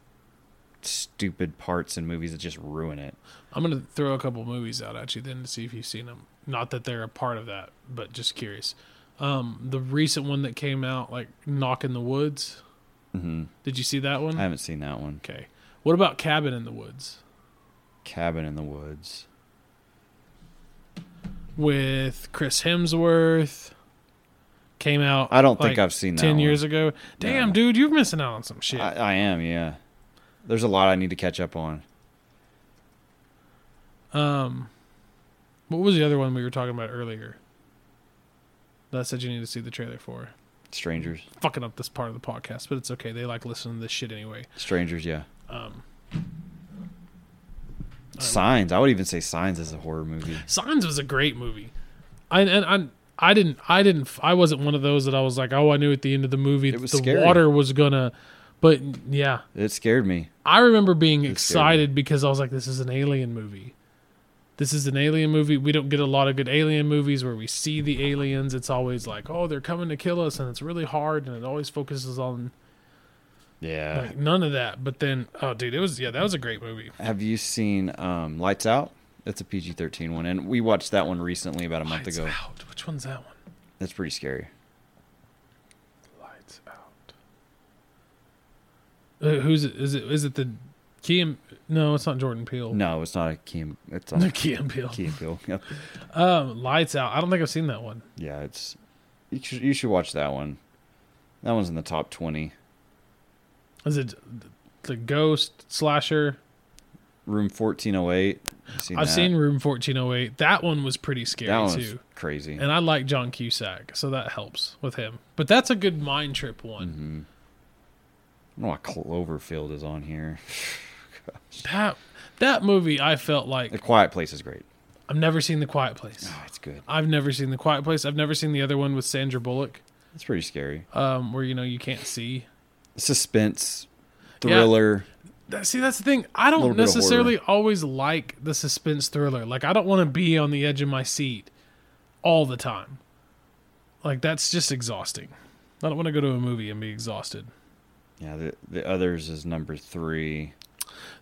S1: stupid parts in movies that just ruin it.
S2: I'm gonna throw a couple movies out at you then to see if you've seen them. Not that they're a part of that, but just curious. Um, the recent one that came out, like Knock in the Woods. Mm-hmm. Did you see that one?
S1: I haven't seen that one.
S2: okay. What about Cabin in the Woods?
S1: Cabin in the Woods.
S2: with Chris Hemsworth. Came out.
S1: I don't think
S2: like,
S1: I've seen that
S2: ten
S1: one.
S2: years ago. Damn, dude, you're missing out on some shit.
S1: I, I am, yeah. There's a lot I need to catch up on.
S2: um, what was the other one we were talking about earlier? That I said you need to see the trailer for.
S1: Strangers,
S2: Fucking up this part of the podcast, but it's okay. They like listening to this shit anyway.
S1: strangers, yeah.
S2: Um,
S1: Signs. I would even say Signs is a horror movie.
S2: Signs was a great movie. I and I I didn't I didn't I wasn't one of those that I was like, oh, I knew at the end of the movie
S1: It was
S2: the
S1: scary.
S2: water was gonna. But yeah,
S1: It scared me.
S2: I remember being
S1: scary.
S2: excited because I was like, this is an alien movie. This is an alien movie. We don't get a lot of good alien movies where we see the aliens. It's always like, oh, they're coming to kill us, and it's really hard, and it always focuses on
S1: Yeah.
S2: like none of that. But then, oh, dude, it was yeah, that was a great movie.
S1: Have you seen um, Lights Out? That's a PG-13 one, and we watched that one recently about a month
S2: Lights
S1: ago.
S2: out. Which one's that one?
S1: That's pretty scary.
S2: Lights out. Uh, who's it? Is it? Is it the Kim? No, it's not Jordan Peele.
S1: No, it's not a Kim. It's
S2: Oh. No,
S1: not
S2: Key and Peele.
S1: Key and Peele. Yep.
S2: Um, Lights out. I don't think I've seen that one.
S1: Yeah, it's you should, you should watch that one. That one's in the top twenty.
S2: Is it the Ghost slasher?
S1: Room fourteen oh eight.
S2: I've seen Room 1408. That one was pretty scary
S1: that one was
S2: too.
S1: crazy.
S2: And I like John Cusack, so that helps with him. But that's a good mind trip one.
S1: I don't know why Cloverfield is on here. Mm-hmm.
S2: That that movie I felt like
S1: The Quiet Place is great.
S2: I've never seen The Quiet Place.
S1: Oh, it's good.
S2: I've never seen The Quiet Place. I've never seen the other one with Sandra Bullock,
S1: It's pretty scary.
S2: um, where you know you can't see.
S1: Suspense,
S2: Yeah.
S1: thriller.
S2: That- See, that's the thing. I
S1: Little
S2: don't
S1: bit of
S2: necessarily always like the suspense thriller. Like I don't want to be on the edge of my seat all the time. Like that's just exhausting. I don't want to go to a movie and be exhausted.
S1: Yeah, the, the others is number three.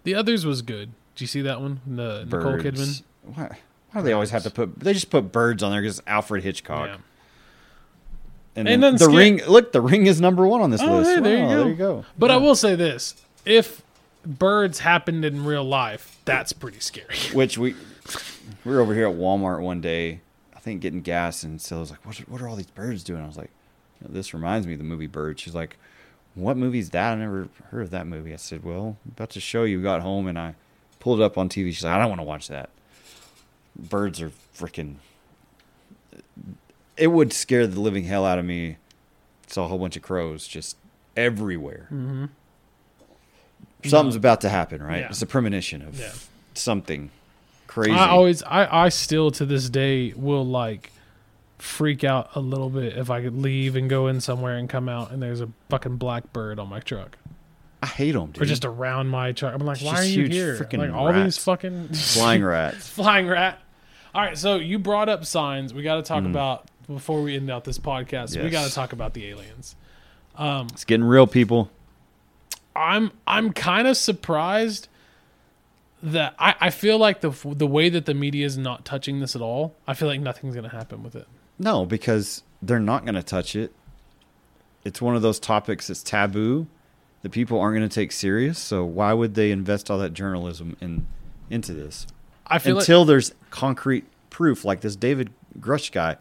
S2: The others was good. Did you see that one? The Nicole Kidman.
S1: Birds. Why, why do they always have to put? They just put birds on there because Alfred Hitchcock.
S2: Yeah.
S1: And
S2: Ain't
S1: then the
S2: nothing scar-
S1: ring. Look, the ring is number one on this
S2: Oh,
S1: list.
S2: hey, there you
S1: Wow,
S2: go.
S1: There you go.
S2: But I will say this: if birds happened in real life, that's pretty scary.
S1: which we we were over here at Walmart one day, I think getting gas, and Scylla's like, what, "What are all these birds doing?" I was like, "This reminds me of the movie Bird." She's like, "What movie's that? I never heard of that movie." I said, "Well, I'm about to show you." We Got home and I pulled it up on TV. She's like, "I don't want to watch that." Birds are freaking. It would scare the living hell out of me. Saw a whole bunch of crows just everywhere. Mm-hmm. Something's about to happen, right?
S2: Yeah.
S1: It's a premonition of
S2: Yeah.
S1: something crazy.
S2: I always, I, I still to this day will like freak out a little bit if I could leave and go in somewhere and come out and there's a fucking black bird on my truck
S1: I hate them, dude.
S2: or just around my truck. I'm like,
S1: Mm. It's
S2: why
S1: just
S2: are you
S1: huge
S2: here?
S1: freaking
S2: Like all
S1: rat.
S2: these fucking
S1: flying rats.
S2: flying rat. All right, so you brought up signs. We got to talk about before we end out this podcast. We
S1: Mm. Yes.
S2: got to talk about the aliens.
S1: It's getting real, people.
S2: I'm I'm kind of surprised that I, I feel like the the way that the media is not touching this at all. I feel like nothing's gonna happen with it.
S1: No, because they're not going to touch it. It's one of those topics that's taboo that people aren't going to take serious. So why would they invest all that journalism in into this
S2: I feel
S1: until there's concrete proof? Like this David Grush guy.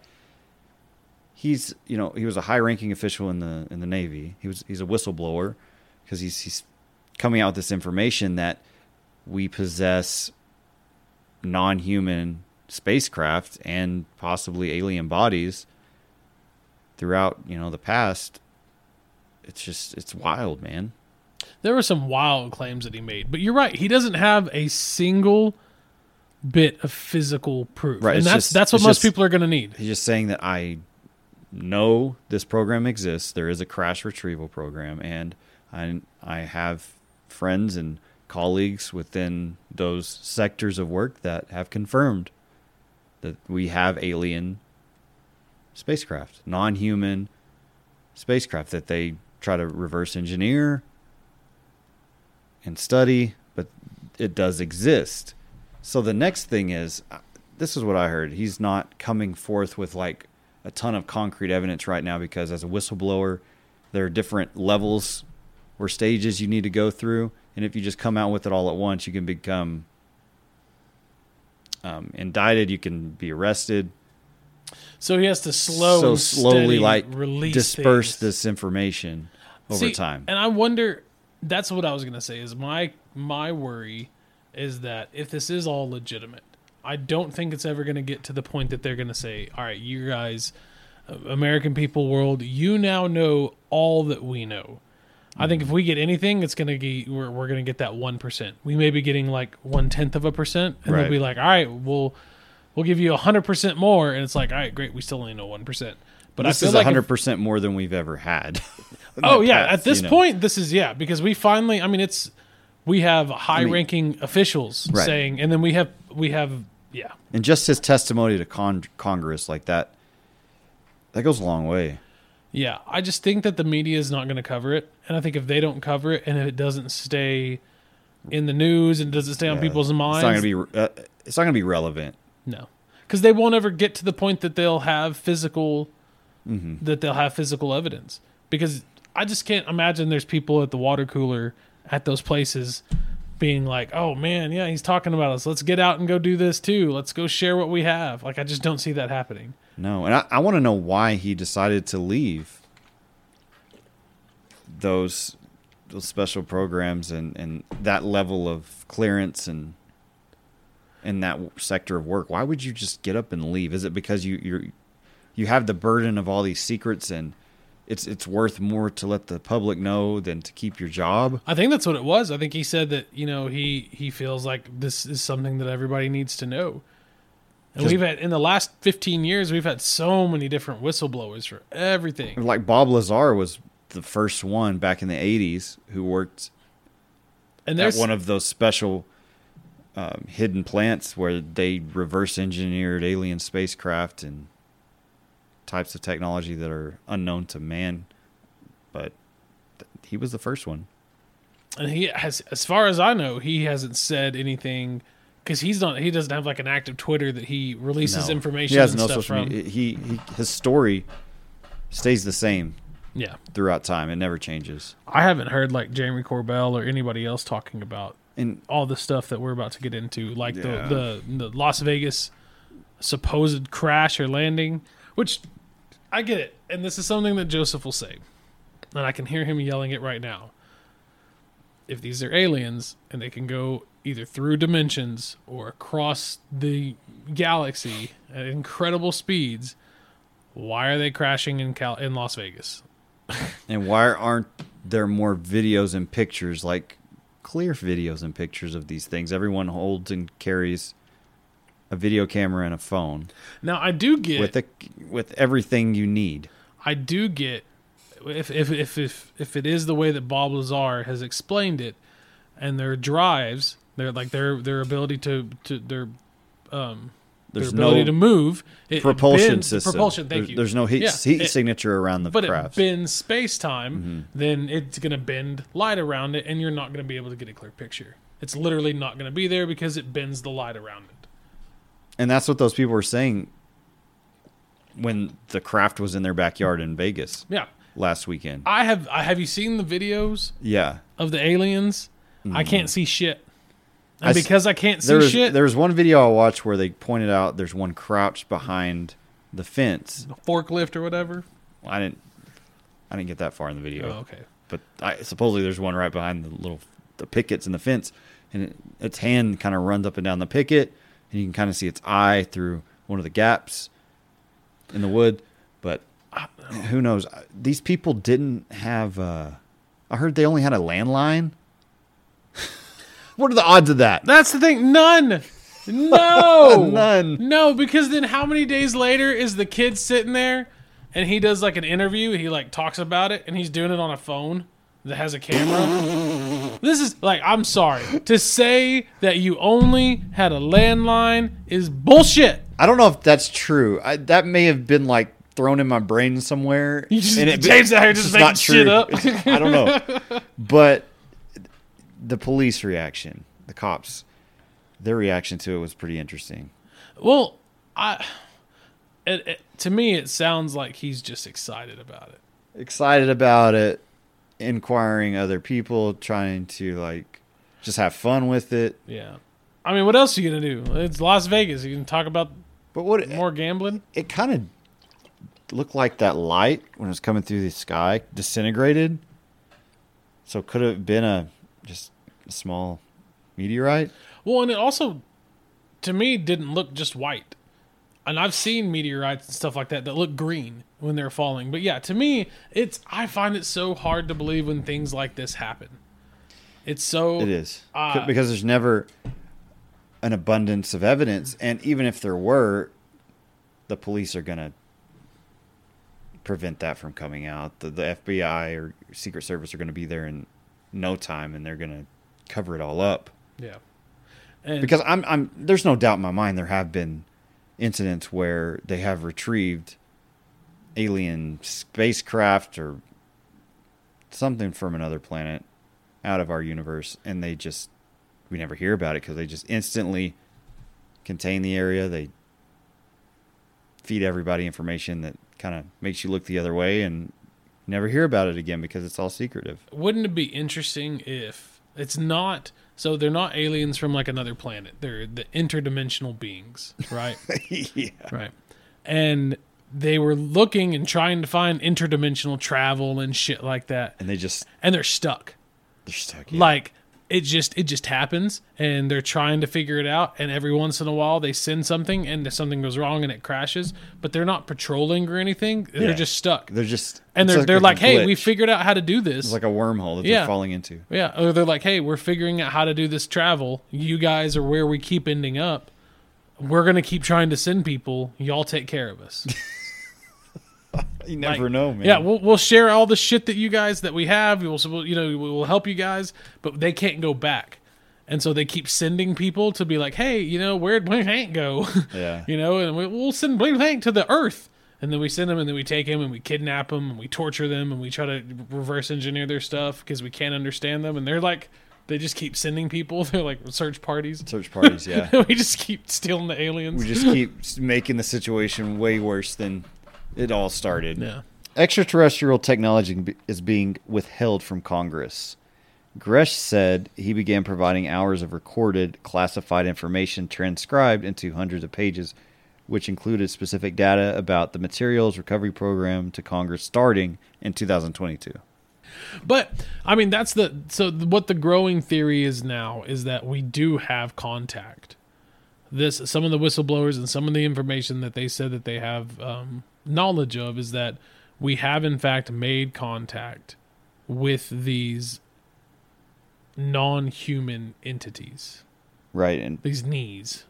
S1: He's you know he was a high ranking official in the in the Navy. He was he's a whistleblower because he's he's coming out with this information that we possess non-human spacecraft and possibly alien bodies throughout you know the past it's just it's wild man
S2: like there were some wild claims that he made, but you're right. He doesn't have a single bit of physical proof,
S1: Right,
S2: and
S1: it's
S2: that's
S1: just-
S2: that's what
S1: it's
S2: most
S1: just-
S2: people are gonna need.
S1: he's just saying that i know this program exists there is a crash retrieval program and i i have friends and colleagues within those sectors of work that have confirmed that we have alien spacecraft non-human spacecraft that they try to reverse engineer and study, but it does exist. So the next thing is uh, this is what I heard. He's not coming forth with like a ton of concrete evidence right now because as a whistleblower, there are different levels or stages you need to go through. And if you just come out with it all at once, you can become um, indicted, you can be arrested,
S2: So he has to slow,
S1: so
S2: and
S1: slowly
S2: steady
S1: like
S2: release
S1: disperse
S2: things.
S1: this information over
S2: See,
S1: time.
S2: And I wonder that's what I was gonna say is my my worry is that if this is all legitimate, I don't think it's ever gonna get to the point that they're gonna say, All right, you guys uh, American people world, you now know all that we know. I think if we get anything, it's gonna be we're, we're gonna get that one percent. We may be getting like one tenth of a percent, and
S1: Right.
S2: they'll be like, "All right, we'll we'll give you hundred percent more," and it's like, "All right, great, we still only know one percent." But
S1: this
S2: I feel
S1: is
S2: like if-
S1: hundred percent more than we've ever had.
S2: Oh yeah,
S1: past,
S2: at this
S1: you know.
S2: point, this is yeah because we finally. I mean, it's we have high-ranking officials
S1: Right.
S2: saying, and then we have we have yeah.
S1: and just his testimony to con- Congress like that, that goes a long way.
S2: Yeah, I just think that the media is not going to cover it, and I think if they don't cover it, and if it doesn't stay in the news and doesn't stay on
S1: Uh,
S2: people's minds,
S1: It's not gonna be. re- Uh, it's not gonna be relevant.
S2: no, because they won't ever get to the point that they'll have physical
S1: Mm-hmm.
S2: that they'll have physical evidence. Because I just can't imagine there's people at the water cooler at those places being like, "Oh man, yeah, he's talking about us. Let's get out and go do this too. Let's go share what we have." Like I just don't see that happening.
S1: No, and I, I want to know why he decided to leave those those special programs and and that level of clearance and in that w- sector of work. Why would you just get up and leave? Is it because you you you have the burden of all these secrets and it's it's worth more to let the public know than to keep your job?
S2: I think that's what it was. I think he said that you know he he feels like this is something that everybody needs to know. And
S1: Just-
S2: we've had in the last fifteen years, we've had so many different whistleblowers for everything.
S1: Like Bob Lazar was the first one back in the 80s who worked
S2: And
S1: at
S2: there's
S1: one of those special um, hidden plants where they reverse engineered alien spacecraft and types of technology that are unknown to man. But th- he was the first one.
S2: and he has as far as i know he hasn't said anything because he's not he doesn't have like an active twitter that he releases
S1: No.
S2: information
S1: He has
S2: and
S1: no
S2: stuff
S1: social
S2: from
S1: media. He, he his story stays the same
S2: yeah
S1: throughout time. It never changes.
S2: i haven't heard like jeremy corbell or anybody else talking about
S1: And
S2: all the stuff that we're about to get into like
S1: Yeah.
S2: the, the the las vegas supposed crash or landing which i get it and this is something that joseph will say and i can hear him yelling it right now if these are aliens and they can go either through dimensions or across the galaxy at incredible speeds, why are they crashing in Cal- in Las Vegas?
S1: and why aren't there more videos and pictures like clear videos and pictures of these things? Everyone holds and carries a video camera and a phone.
S2: Now I do get
S1: with a, with everything you need.
S2: I do get if if if if if it is the way that Bob Lazar has explained it, and their drives, their like their their ability to to their
S1: There's
S2: their ability
S1: no
S2: to move it- it
S1: propulsion
S2: bends-
S1: system.
S2: Propulsion, thank
S1: there's,
S2: you.
S1: There's no heat,
S2: Yeah,
S1: heat Mm-hmm.
S2: it-
S1: signature around the
S2: but
S1: craft.
S2: it bends space time, then it's going to bend light around it, and you're not going to be able to get a clear picture. It's literally not going to be there because it bends the light around it.
S1: and that's what those people were saying when the craft was in their backyard in Vegas
S2: Yeah,
S1: last weekend.
S2: I have. I have you seen the videos
S1: yeah.
S2: of the aliens? I can't see shit, and
S1: Mm-hmm. I s-
S2: because I can't see
S1: There was,
S2: shit,
S1: there was one video I watched where they pointed out there's one crouched behind the fence.
S2: forklift or whatever.
S1: I didn't I didn't get that far in the video.
S2: Oh, okay.
S1: but I, supposedly there's one right behind the little the pickets and the fence, and it, its hand kind of runs up and down the picket, and you can kind of see its eye through one of the gaps in the wood. But who knows? These people didn't have. Uh, I heard they only had a landline. what are the odds of that?
S2: That's the thing. None. No.
S1: None.
S2: No, because then how many days later is the kid sitting there and he does like an interview, he like talks about it and he's doing it on a phone that has a camera. this is like I'm sorry. To say that you only had a landline is bullshit.
S1: I don't know if that's true. I, that may have been like thrown in my brain somewhere.
S2: You just-
S1: and it-
S2: James out here just
S1: it's
S2: making
S1: not
S2: shit
S1: true.
S2: up.
S1: It's- I don't know. But the police reaction, the cops, their reaction to it was pretty interesting.
S2: Well, I it, it, to me it sounds like he's just excited about it.
S1: Excited about it, inquiring other people, trying to like just have fun with it.
S2: Yeah. I mean, what else are you gonna do? It's Las Vegas. You can talk about
S1: But what it,
S2: More gambling.
S1: it kind of looked like that light when it was coming through the sky disintegrated. So could have been a just a small meteorite.
S2: Well, and it also, to me, didn't look just white. And I've seen meteorites and stuff like that that look green when they're falling. But yeah, to me, it's I find it so hard to believe when things like this happen. It's so
S1: It is
S2: Ah.
S1: because there's never an abundance of evidence, and even if there were, the police are gonna prevent that from coming out. The, the FBI or Secret Service are gonna be there in no time, and they're gonna cover it all up.
S2: yeah. And
S1: Because I'm, I'm there's no doubt in my mind there have been incidents where they have retrieved alien spacecraft or something from another planet out of our universe and they just we never hear about it because they just instantly contain the area they feed everybody information that kind of makes you look the other way and never hear about it again because it's all secretive
S2: wouldn't it be interesting if it's not so they're not aliens from like another planet. They're the interdimensional beings, right?
S1: yeah
S2: Right. And they were looking and trying to find interdimensional travel and shit like that.
S1: and they just
S2: And they're stuck.
S1: they're stuck
S2: Like it just it just happens and they're trying to figure it out and every once in a while they send something and if something goes wrong and it crashes, but they're not patrolling or anything. They're
S1: Yeah.
S2: just stuck.
S1: they're just
S2: And
S1: it's
S2: they're they're
S1: a
S2: like, "Hey, we
S1: glitch."
S2: figured out how to do this."
S1: It's like a wormhole that
S2: Yeah.
S1: they're falling into.
S2: Yeah, or they're like, "Hey, we're figuring out how to do this travel. You guys are where we keep ending up. We're gonna keep trying to send people. Y'all take care of us."
S1: You never know, man.
S2: yeah, we'll we'll share all the shit that you guys that we have. We'll we'll- you know we will help you guys, but they can't go back, and so they keep sending people to be like, "Hey, you know where'd Blaine Hank go?"
S1: Yeah.
S2: you know, and we, we'll send Blaine Hank to the Earth. And then we send him, and then we take him, and we kidnap him, and we torture them, and we try to reverse engineer their stuff because we can't understand them. And they're like, they just keep sending people. They're like search parties.
S1: Search parties, yeah.
S2: we just keep stealing the aliens.
S1: we just keep s- making the situation way worse than it all started.
S2: yeah.
S1: Extraterrestrial technology be- is being withheld from Congress. Gresh said he began providing hours of recorded, classified information transcribed into hundreds of pages, which included specific data about the materials recovery program to Congress starting in 2022.
S2: But I mean, that's the so th- what the growing theory is now is that we do have contact. This some of the whistleblowers and some of the information that they said that they have um, knowledge of is that we have in fact made contact with these non-human entities,
S1: Right, and
S2: these knees.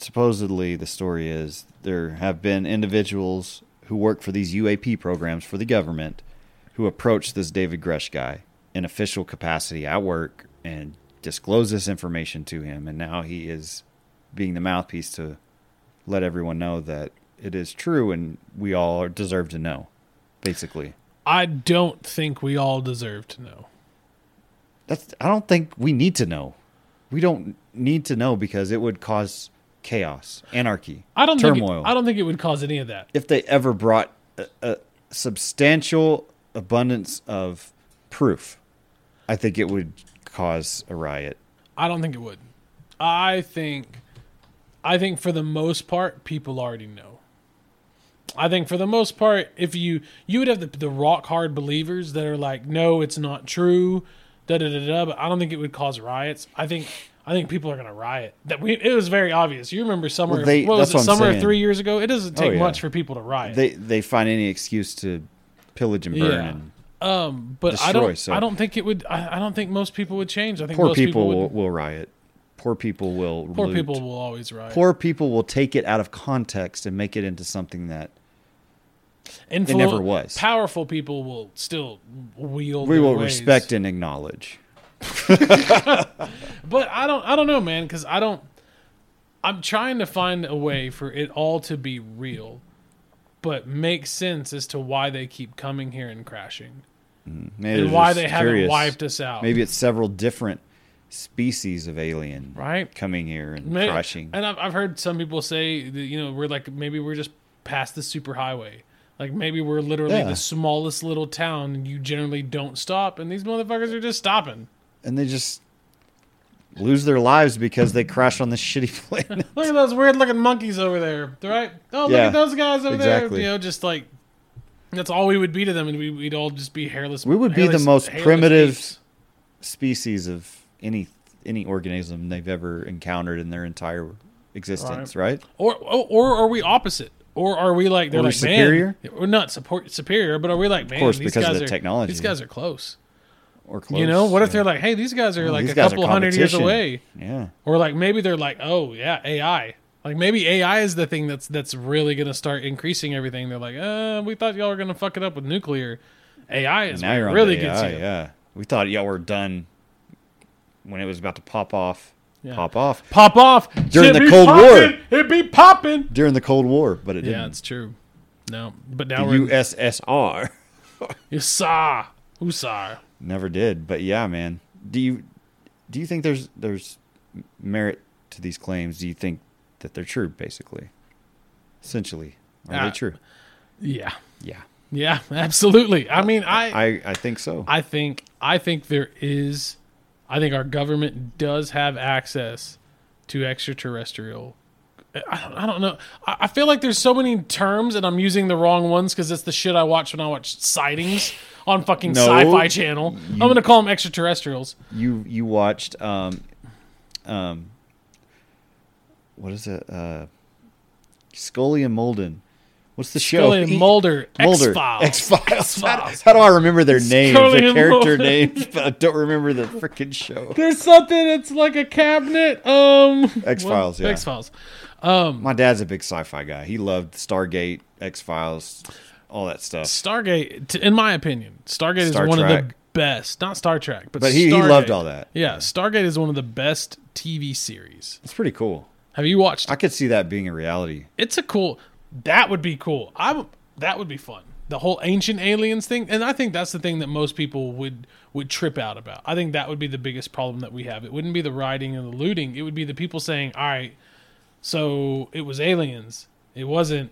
S1: supposedly the story is there have been individuals who work for these UAP programs for the government who approached this David Gresh guy in official capacity at work and disclosed this information to him and now he is being the mouthpiece to let everyone know that it is true and we all deserve to know basically
S2: I don't think we all deserve to know.
S1: that's I don't think we need to know we don't need to know because it would cause chaos anarchy
S2: I don't
S1: turmoil
S2: Think it, I don't think it would cause any of that.
S1: if they ever brought a, a substantial abundance of proof, I think it would cause a riot.
S2: I don't think it would. I think I think for the most part people already know. I think for the most part if you you would have the, the rock hard believers that are like no it's not true da da da da but I don't think it would cause riots. I think I think people are going to riot. That we it was very obvious. You remember summer
S1: Well, they-
S2: what was
S1: that's
S2: it
S1: what I'm
S2: summer of
S1: saying.
S2: 3 years ago? It doesn't
S1: Oh,
S2: take
S1: yeah.
S2: much for people to riot.
S1: They they find any excuse to pillage and burn,
S2: Yeah.
S1: and
S2: um but I
S1: destroy,
S2: don't
S1: so-
S2: I don't think it would I, I don't think most people would change. I think
S1: poor
S2: most
S1: people,
S2: would,
S1: will, will riot. Poor people will.
S2: poor
S1: loot.
S2: people will always riot.
S1: Poor people will take it out of context and make it into something that
S2: Influ-
S1: never was.
S2: Powerful people will still wield.
S1: we
S2: their
S1: will
S2: ways.
S1: respect and acknowledge.
S2: but I don't. I don't know, man, because I don't. I'm trying to find a way for it all to be real, but make sense as to why they keep coming here and crashing
S1: Maybe
S2: and
S1: they're
S2: why
S1: just
S2: they haven't
S1: curious.
S2: wiped us out.
S1: Maybe it's several different species of alien
S2: right.
S1: coming here and
S2: May-
S1: crashing.
S2: And I've, I've heard some people say that, you know, we're like, maybe we're just past the superhighway. Like, maybe we're literally
S1: Yeah.
S2: the smallest little town and you generally don't stop, and these motherfuckers are just stopping.
S1: and they just lose their lives because they crashed on this shitty planet.
S2: Look at those weird looking monkeys over there, right? Oh, look
S1: Yeah,
S2: at those guys over there.
S1: exactly.
S2: You know, just like that's all we would be to them, and we, we'd all just be hairless.
S1: We would be
S2: hairless-
S1: the most
S2: hairless
S1: primitive-
S2: apes.
S1: Species of any any organism they've ever encountered in their entire existence, right?
S2: Or, or or are we opposite? Or are we like they're
S1: Are we
S2: like
S1: superior?
S2: Man, we're not support superior, but are we like man?
S1: course,
S2: these
S1: because of
S2: guys
S1: the
S2: are,
S1: technology.
S2: These guys are close.
S1: Or close.
S2: You know, what if
S1: yeah.
S2: they're like, hey, these guys are
S1: Oh,
S2: like
S1: these
S2: a
S1: guys are
S2: couple hundred years
S1: competition.
S2: away,
S1: Yeah.
S2: or like maybe they're like, oh yeah, AI. Like maybe AI is the thing that's that's really gonna start increasing everything. They're like, uh, we thought y'all were gonna fuck it up with nuclear. AI is
S1: now you're on
S2: really
S1: to
S2: gets
S1: AI,
S2: you.
S1: Yeah. We thought y'all were done when it was about to pop off.
S2: Yeah.
S1: Pop off
S2: Pop off
S1: During
S2: Shit
S1: the
S2: be
S1: Cold War.
S2: poppin'. It be popping.
S1: during the Cold War, but it
S2: Yeah,
S1: didn't.
S2: it's true. No, but now
S1: The
S2: we're in-
S1: USSR
S2: you saw who saw.
S1: never did, but yeah, man. Do you do you think there's there's merit to these claims? Do you think that they're true basically? Essentially, are
S2: Uh,
S1: they true?
S2: Yeah,
S1: Yeah.
S2: yeah, absolutely. I mean, I
S1: I I think so.
S2: I think I think there is I think our government does have access to extraterrestrial I don't, I don't know. I, I feel like there's so many terms and I'm using the wrong ones because it's the shit I watch when I watch sightings on fucking
S1: No,
S2: sci-fi channel. I'm gonna call them extraterrestrials.
S1: you you watched um um what is it uh Scully and Mulden what's the show
S2: Scully and Mulder, X-Files.
S1: X Files how,
S2: X-Files.
S1: how do I remember their names
S2: Scully
S1: their
S2: and
S1: character
S2: Mulder.
S1: names but I don't remember the freaking show
S2: There's something that's like a cabinet. Um
S1: X-Files, yeah.
S2: X Files.
S1: my dad's a big sci-fi guy he loved Stargate X Files all that stuff
S2: Stargate, t- in my opinion, Stargate
S1: Star
S2: is one of the
S1: Trek.
S2: best. Not Star Trek, but
S1: But he- he
S2: Stargate.
S1: loved all that.
S2: Yeah, Stargate is one of the best TV series.
S1: it's pretty cool
S2: Have you watched?
S1: I could see that being a reality
S2: It's a cool. That would be cool. I w- that would be fun. The whole ancient aliens thing, and I think that's the thing that most people would would trip out about. I think that would be the biggest problem that we have. It wouldn't be the rioting and the looting. It would be the people saying, "All right, so it was aliens. It wasn't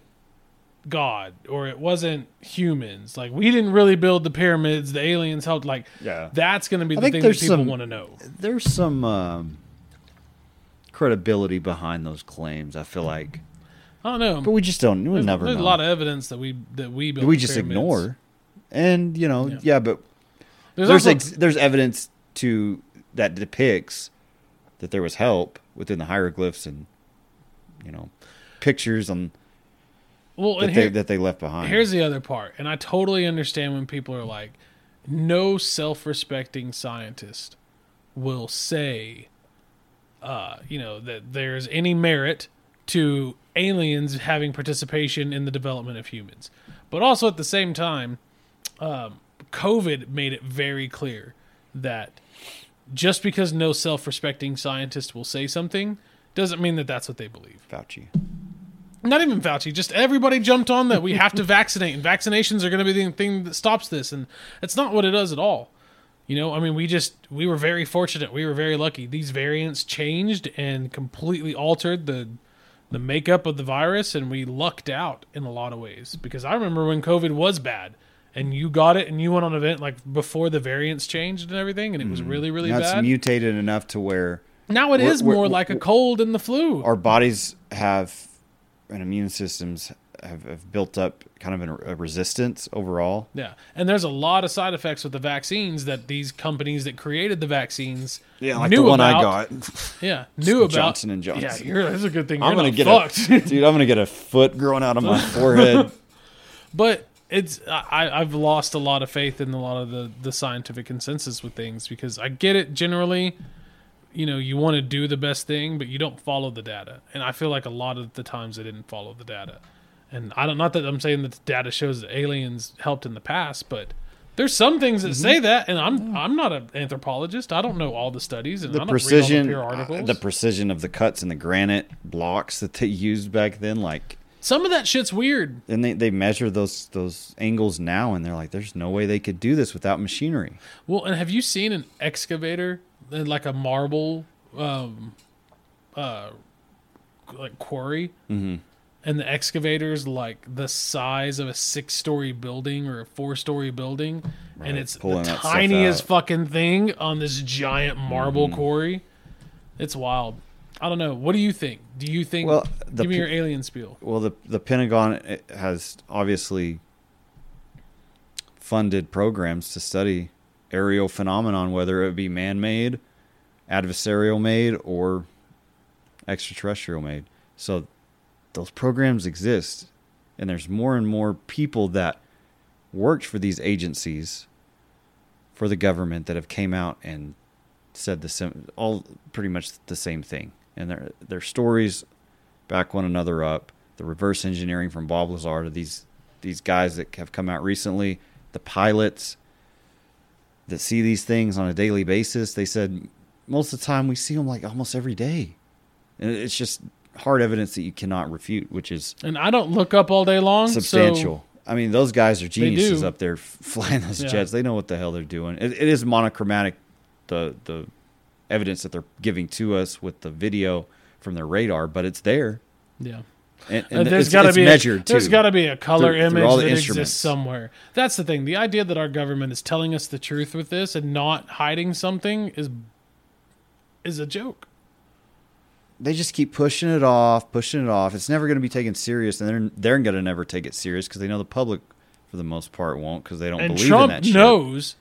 S2: God or it wasn't humans. Like we didn't really build the pyramids. The aliens helped. Like
S1: Yeah.
S2: that's going to be the
S1: think
S2: thing that
S1: there's
S2: people
S1: some-
S2: want to know.
S1: there's some um credibility behind those claims I feel like
S2: I don't know.
S1: but we just don't we'll
S2: there's
S1: never
S2: there's
S1: know
S2: a lot of evidence that we that we built.
S1: we
S2: the
S1: just
S2: pyramids.
S1: ignore. And you know, yeah, but
S2: There's,
S1: there's
S2: also,
S1: ex- there's evidence to that depicts that there was help within the hieroglyphs and you know pictures on
S2: well,
S1: that
S2: and here-
S1: they that they left behind.
S2: Here's the other part, and I totally understand when people are like, no self respecting scientist will say, uh, you know, that there's any merit to aliens having participation in the development of humans. But also at the same time, um, COVID made it very clear that just because no self respecting scientist will say something doesn't mean that that's what they believe
S1: Fauci.
S2: not even Fauci, just everybody jumped on that we have to vaccinate, and vaccinations are going to be the thing that stops this, and that's not what it does at all. You know, I mean, we just we were very fortunate, we were very lucky. These variants changed and completely altered the the makeup of the virus, and we lucked out in a lot of ways. Because I remember when COVID was bad, and you got it, and you went on an event like before the variants changed and everything, and it was really really
S1: Now it's
S2: bad.
S1: mutated enough to where
S2: now it
S1: Mm, we're-
S2: is
S1: we're-
S2: more
S1: we're-
S2: like a cold and the flu.
S1: our bodies have and immune systems have, have built up kind of an, a resistance overall.
S2: Yeah, and there's a lot of side effects with the vaccines that these companies that created the vaccines knew about. Yeah, knew about
S1: Johnson and Johnson.
S2: Yeah, you're, that's a good thing.
S1: I'm
S2: you're
S1: gonna get
S2: not fucked.
S1: a dude. I'm gonna get a foot growing out of my forehead.
S2: but it's I, I've lost a lot of faith in a lot of the the scientific consensus with things because I get it generally. You know, you want to do the best thing, but you don't follow the data. And I feel like a lot of the times they didn't follow the data. And I don't not that I'm saying that the data shows that aliens helped in the past, but there's some things that
S1: Mm-hmm.
S2: say that. And I'm I'm not an anthropologist. I don't know all the studies and I
S1: the
S2: don't
S1: precision,
S2: read all the
S1: uh,
S2: peer articles.
S1: the precision of the cuts and the granite blocks that they used back then, like,
S2: some of that shit's weird.
S1: and they, they measure those those angles now, and they're like, there's no way they could do this without machinery.
S2: Well, and have you seen an excavator, uh, like a marble, um, uh, like quarry, mm-hmm. and the excavator's like the size of a six-story building or a four-story building, and it's the
S1: pulling that stuff
S2: tiniest
S1: out. Mm-hmm.
S2: fucking thing on this giant marble quarry. It's wild. I don't know. What do you think? Do you think?
S1: Well, the
S2: give me
S1: pe-
S2: your alien spiel.
S1: Well, the the Pentagon eh, has obviously funded programs to study aerial phenomenon, whether it be man-made, adversarial made, or extraterrestrial made. So those programs exist, and there's more and more people that worked for these agencies, for the government, that have came out and said the same, all pretty much the same thing, and their their stories back one another up. The reverse engineering from Bob Lazar to these these guys that have come out recently, the pilots that see these things on a daily basis. They said most of the time we see them like almost every day, and it's just hard evidence that you cannot refute, which is
S2: And I don't look up all day long.
S1: substantial. I mean, those guys are geniuses
S2: do.
S1: up there f- flying those
S2: Yeah.
S1: jets. They know what the hell they're doing. It, it is monochromatic, the the evidence that they're giving to us with the video from their radar, but it's there.
S2: So, yeah.
S1: And,
S2: Uh,
S1: and
S2: there's
S1: it's-
S2: got to
S1: it's
S2: be
S1: measured
S2: a, there's
S1: too.
S2: got to be a color
S1: Through- through
S2: image
S1: all the
S2: that
S1: instruments.
S2: exists somewhere. That's the thing. The idea that our government is telling us the truth with this and not hiding something is is a joke.
S1: they just keep pushing it off, pushing it off. It's never going to be taken serious, and they're they're going to never take it serious because they know the public, for the most part, won't because they don't
S2: and
S1: believe
S2: Trump
S1: in that shit. Oh,
S2: knows,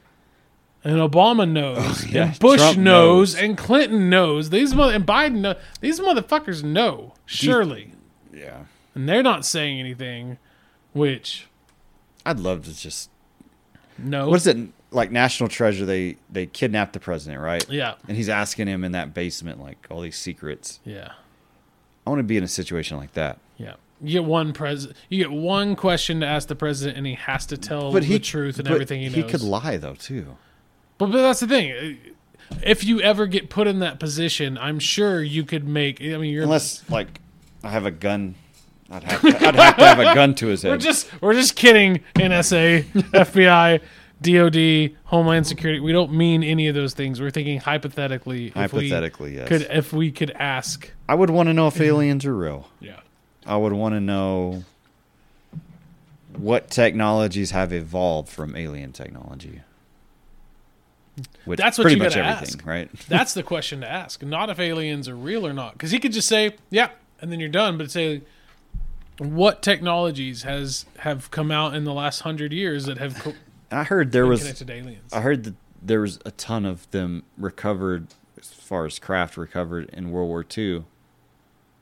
S2: and Obama knows,
S1: yeah.
S2: and Bush
S1: Trump
S2: knows,
S1: knows.
S2: and Clinton knows. These mother and Biden know. These motherfuckers know surely,
S1: Yeah,
S2: and they're not saying anything. Which
S1: I'd love to just
S2: no,
S1: what's it like? National Treasure. They they kidnapped the president, right?
S2: Yeah,
S1: And he's asking him in that basement like all these secrets.
S2: yeah,
S1: I want to be in a situation like that.
S2: yeah. You get one pres. You get one question to ask the president, and he has to tell
S1: But
S2: the
S1: he
S2: truth and
S1: but
S2: everything he knows.
S1: could lie though too.
S2: But, but that's the thing. If you ever get put in that position, I'm sure you could make. I mean, you're
S1: Unless like I have a gun, I'd have to, I'd have, to have a gun to his
S2: We're
S1: head.
S2: just we're just kidding. NSA, FBI, DoD, Homeland Security. We don't mean any of those things. We're thinking hypothetically. if we
S1: Hypothetically, yes.
S2: could if we could ask.
S1: I would want to know if aliens are real.
S2: Yeah.
S1: I would want to know what technologies have evolved from alien technology. Which
S2: That's what
S1: pretty
S2: you
S1: much
S2: gotta
S1: everything,
S2: ask.
S1: right?
S2: That's the question to ask. Not if aliens are real or not, because he could just say, "Yeah," and then you're done. But say, what technologies has have come out in the last hundred years that have co-
S1: And I heard there was
S2: connected to aliens?
S1: I heard that there was a ton of them recovered as far as craft recovered in World War II.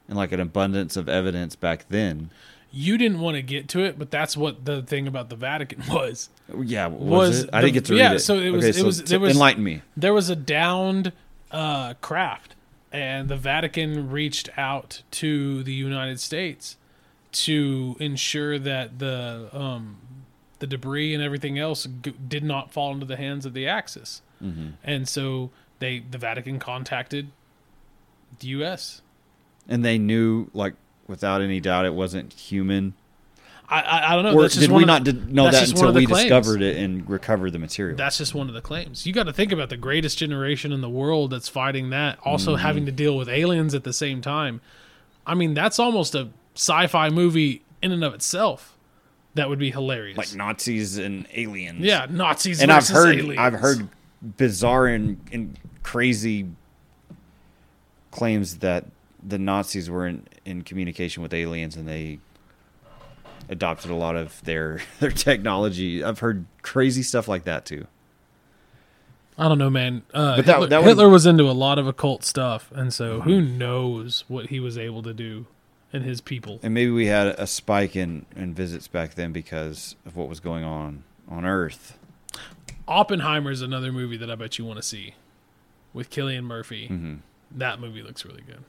S1: And like an abundance of evidence back then.
S2: You didn't want to get to it, but that's what the thing about the Vatican was.
S1: Yeah, was,
S2: Was
S1: it? I
S2: the-
S1: didn't get to read
S2: yeah,
S1: it.
S2: so it was-
S1: Okay,
S2: it was-
S1: t-
S2: there was-
S1: enlighten me.
S2: there was a downed uh, craft, and the Vatican reached out to the United States to ensure that the um, the debris and everything else g- did not fall into the hands of the Axis.
S1: Mm-hmm.
S2: And so they the Vatican contacted the U.S.
S1: And they knew like without any doubt it wasn't human.
S2: I I, I don't know.
S1: or
S2: that's just
S1: did we
S2: one of the-
S1: not did, know
S2: that's
S1: that
S2: just
S1: until
S2: one of the
S1: we
S2: claims.
S1: discovered it and recovered the material?
S2: That's just one of the claims. You got to think about the greatest generation in the world that's fighting that, also
S1: Mm-hmm.
S2: having to deal with aliens at the same time. I mean, that's almost a sci-fi movie in and of itself. That would be hilarious.
S1: like Nazis and aliens.
S2: yeah, Nazis
S1: and I've
S2: versus
S1: heard
S2: aliens.
S1: I've heard bizarre and, and crazy claims that the Nazis were in, in communication with aliens and they adopted a lot of their their technology. I've heard crazy stuff like that too.
S2: I don't know, man. Uh,
S1: that-
S2: Hitler,
S1: that would- Mm-hmm.
S2: Hitler was into a lot of occult stuff, and so who knows what he was able to do and his people.
S1: And maybe we had a spike in, in visits back then because of what was going on on Earth.
S2: Oppenheimer is another movie that I bet you want to see with Killian Murphy. That movie looks really good.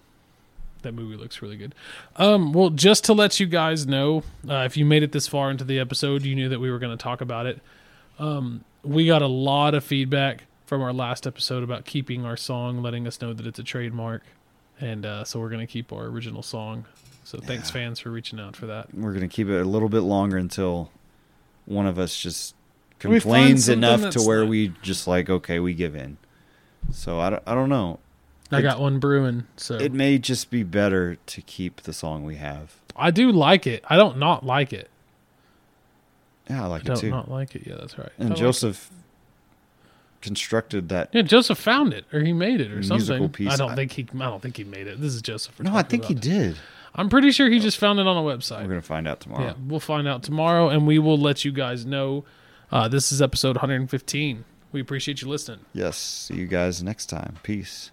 S2: That movie looks really good. Um, well, just to let you guys know, uh, if you made it this far into the episode, you knew that we were going to talk about it. Um, we got a lot of feedback from our last episode about keeping our song, letting us know that it's a trademark. And uh, so we're going to keep our original song. So thanks, fans, for reaching out for that.
S1: we're gonna keep it a little bit longer until one of us just
S2: find
S1: complains
S2: something
S1: enough to
S2: that's
S1: where
S2: not-
S1: we just like okay we give in so I don't, I don't know
S2: I got one brewing. So
S1: it may just be better to keep the song we have
S2: I do like it. I don't not like it.
S1: yeah i like
S2: don't
S1: it too
S2: not like it. Yeah, that's right.
S1: and
S2: I like-
S1: joseph constructed that
S2: Yeah, Joseph found it, or he made it, or
S1: Musical
S2: something.
S1: piece.
S2: I don't
S1: I-
S2: think he. I don't think he made it. This is Joseph. we're
S1: No, I
S2: talking
S1: think he
S2: about.
S1: did. Oh.
S2: I'm pretty sure he just found it on a
S1: We're
S2: website.
S1: gonna find out tomorrow.
S2: Yeah, we'll find out tomorrow, and we will let you guys know. Uh, this is episode 115. We appreciate you listening.
S1: Yes. See you guys next time. Peace.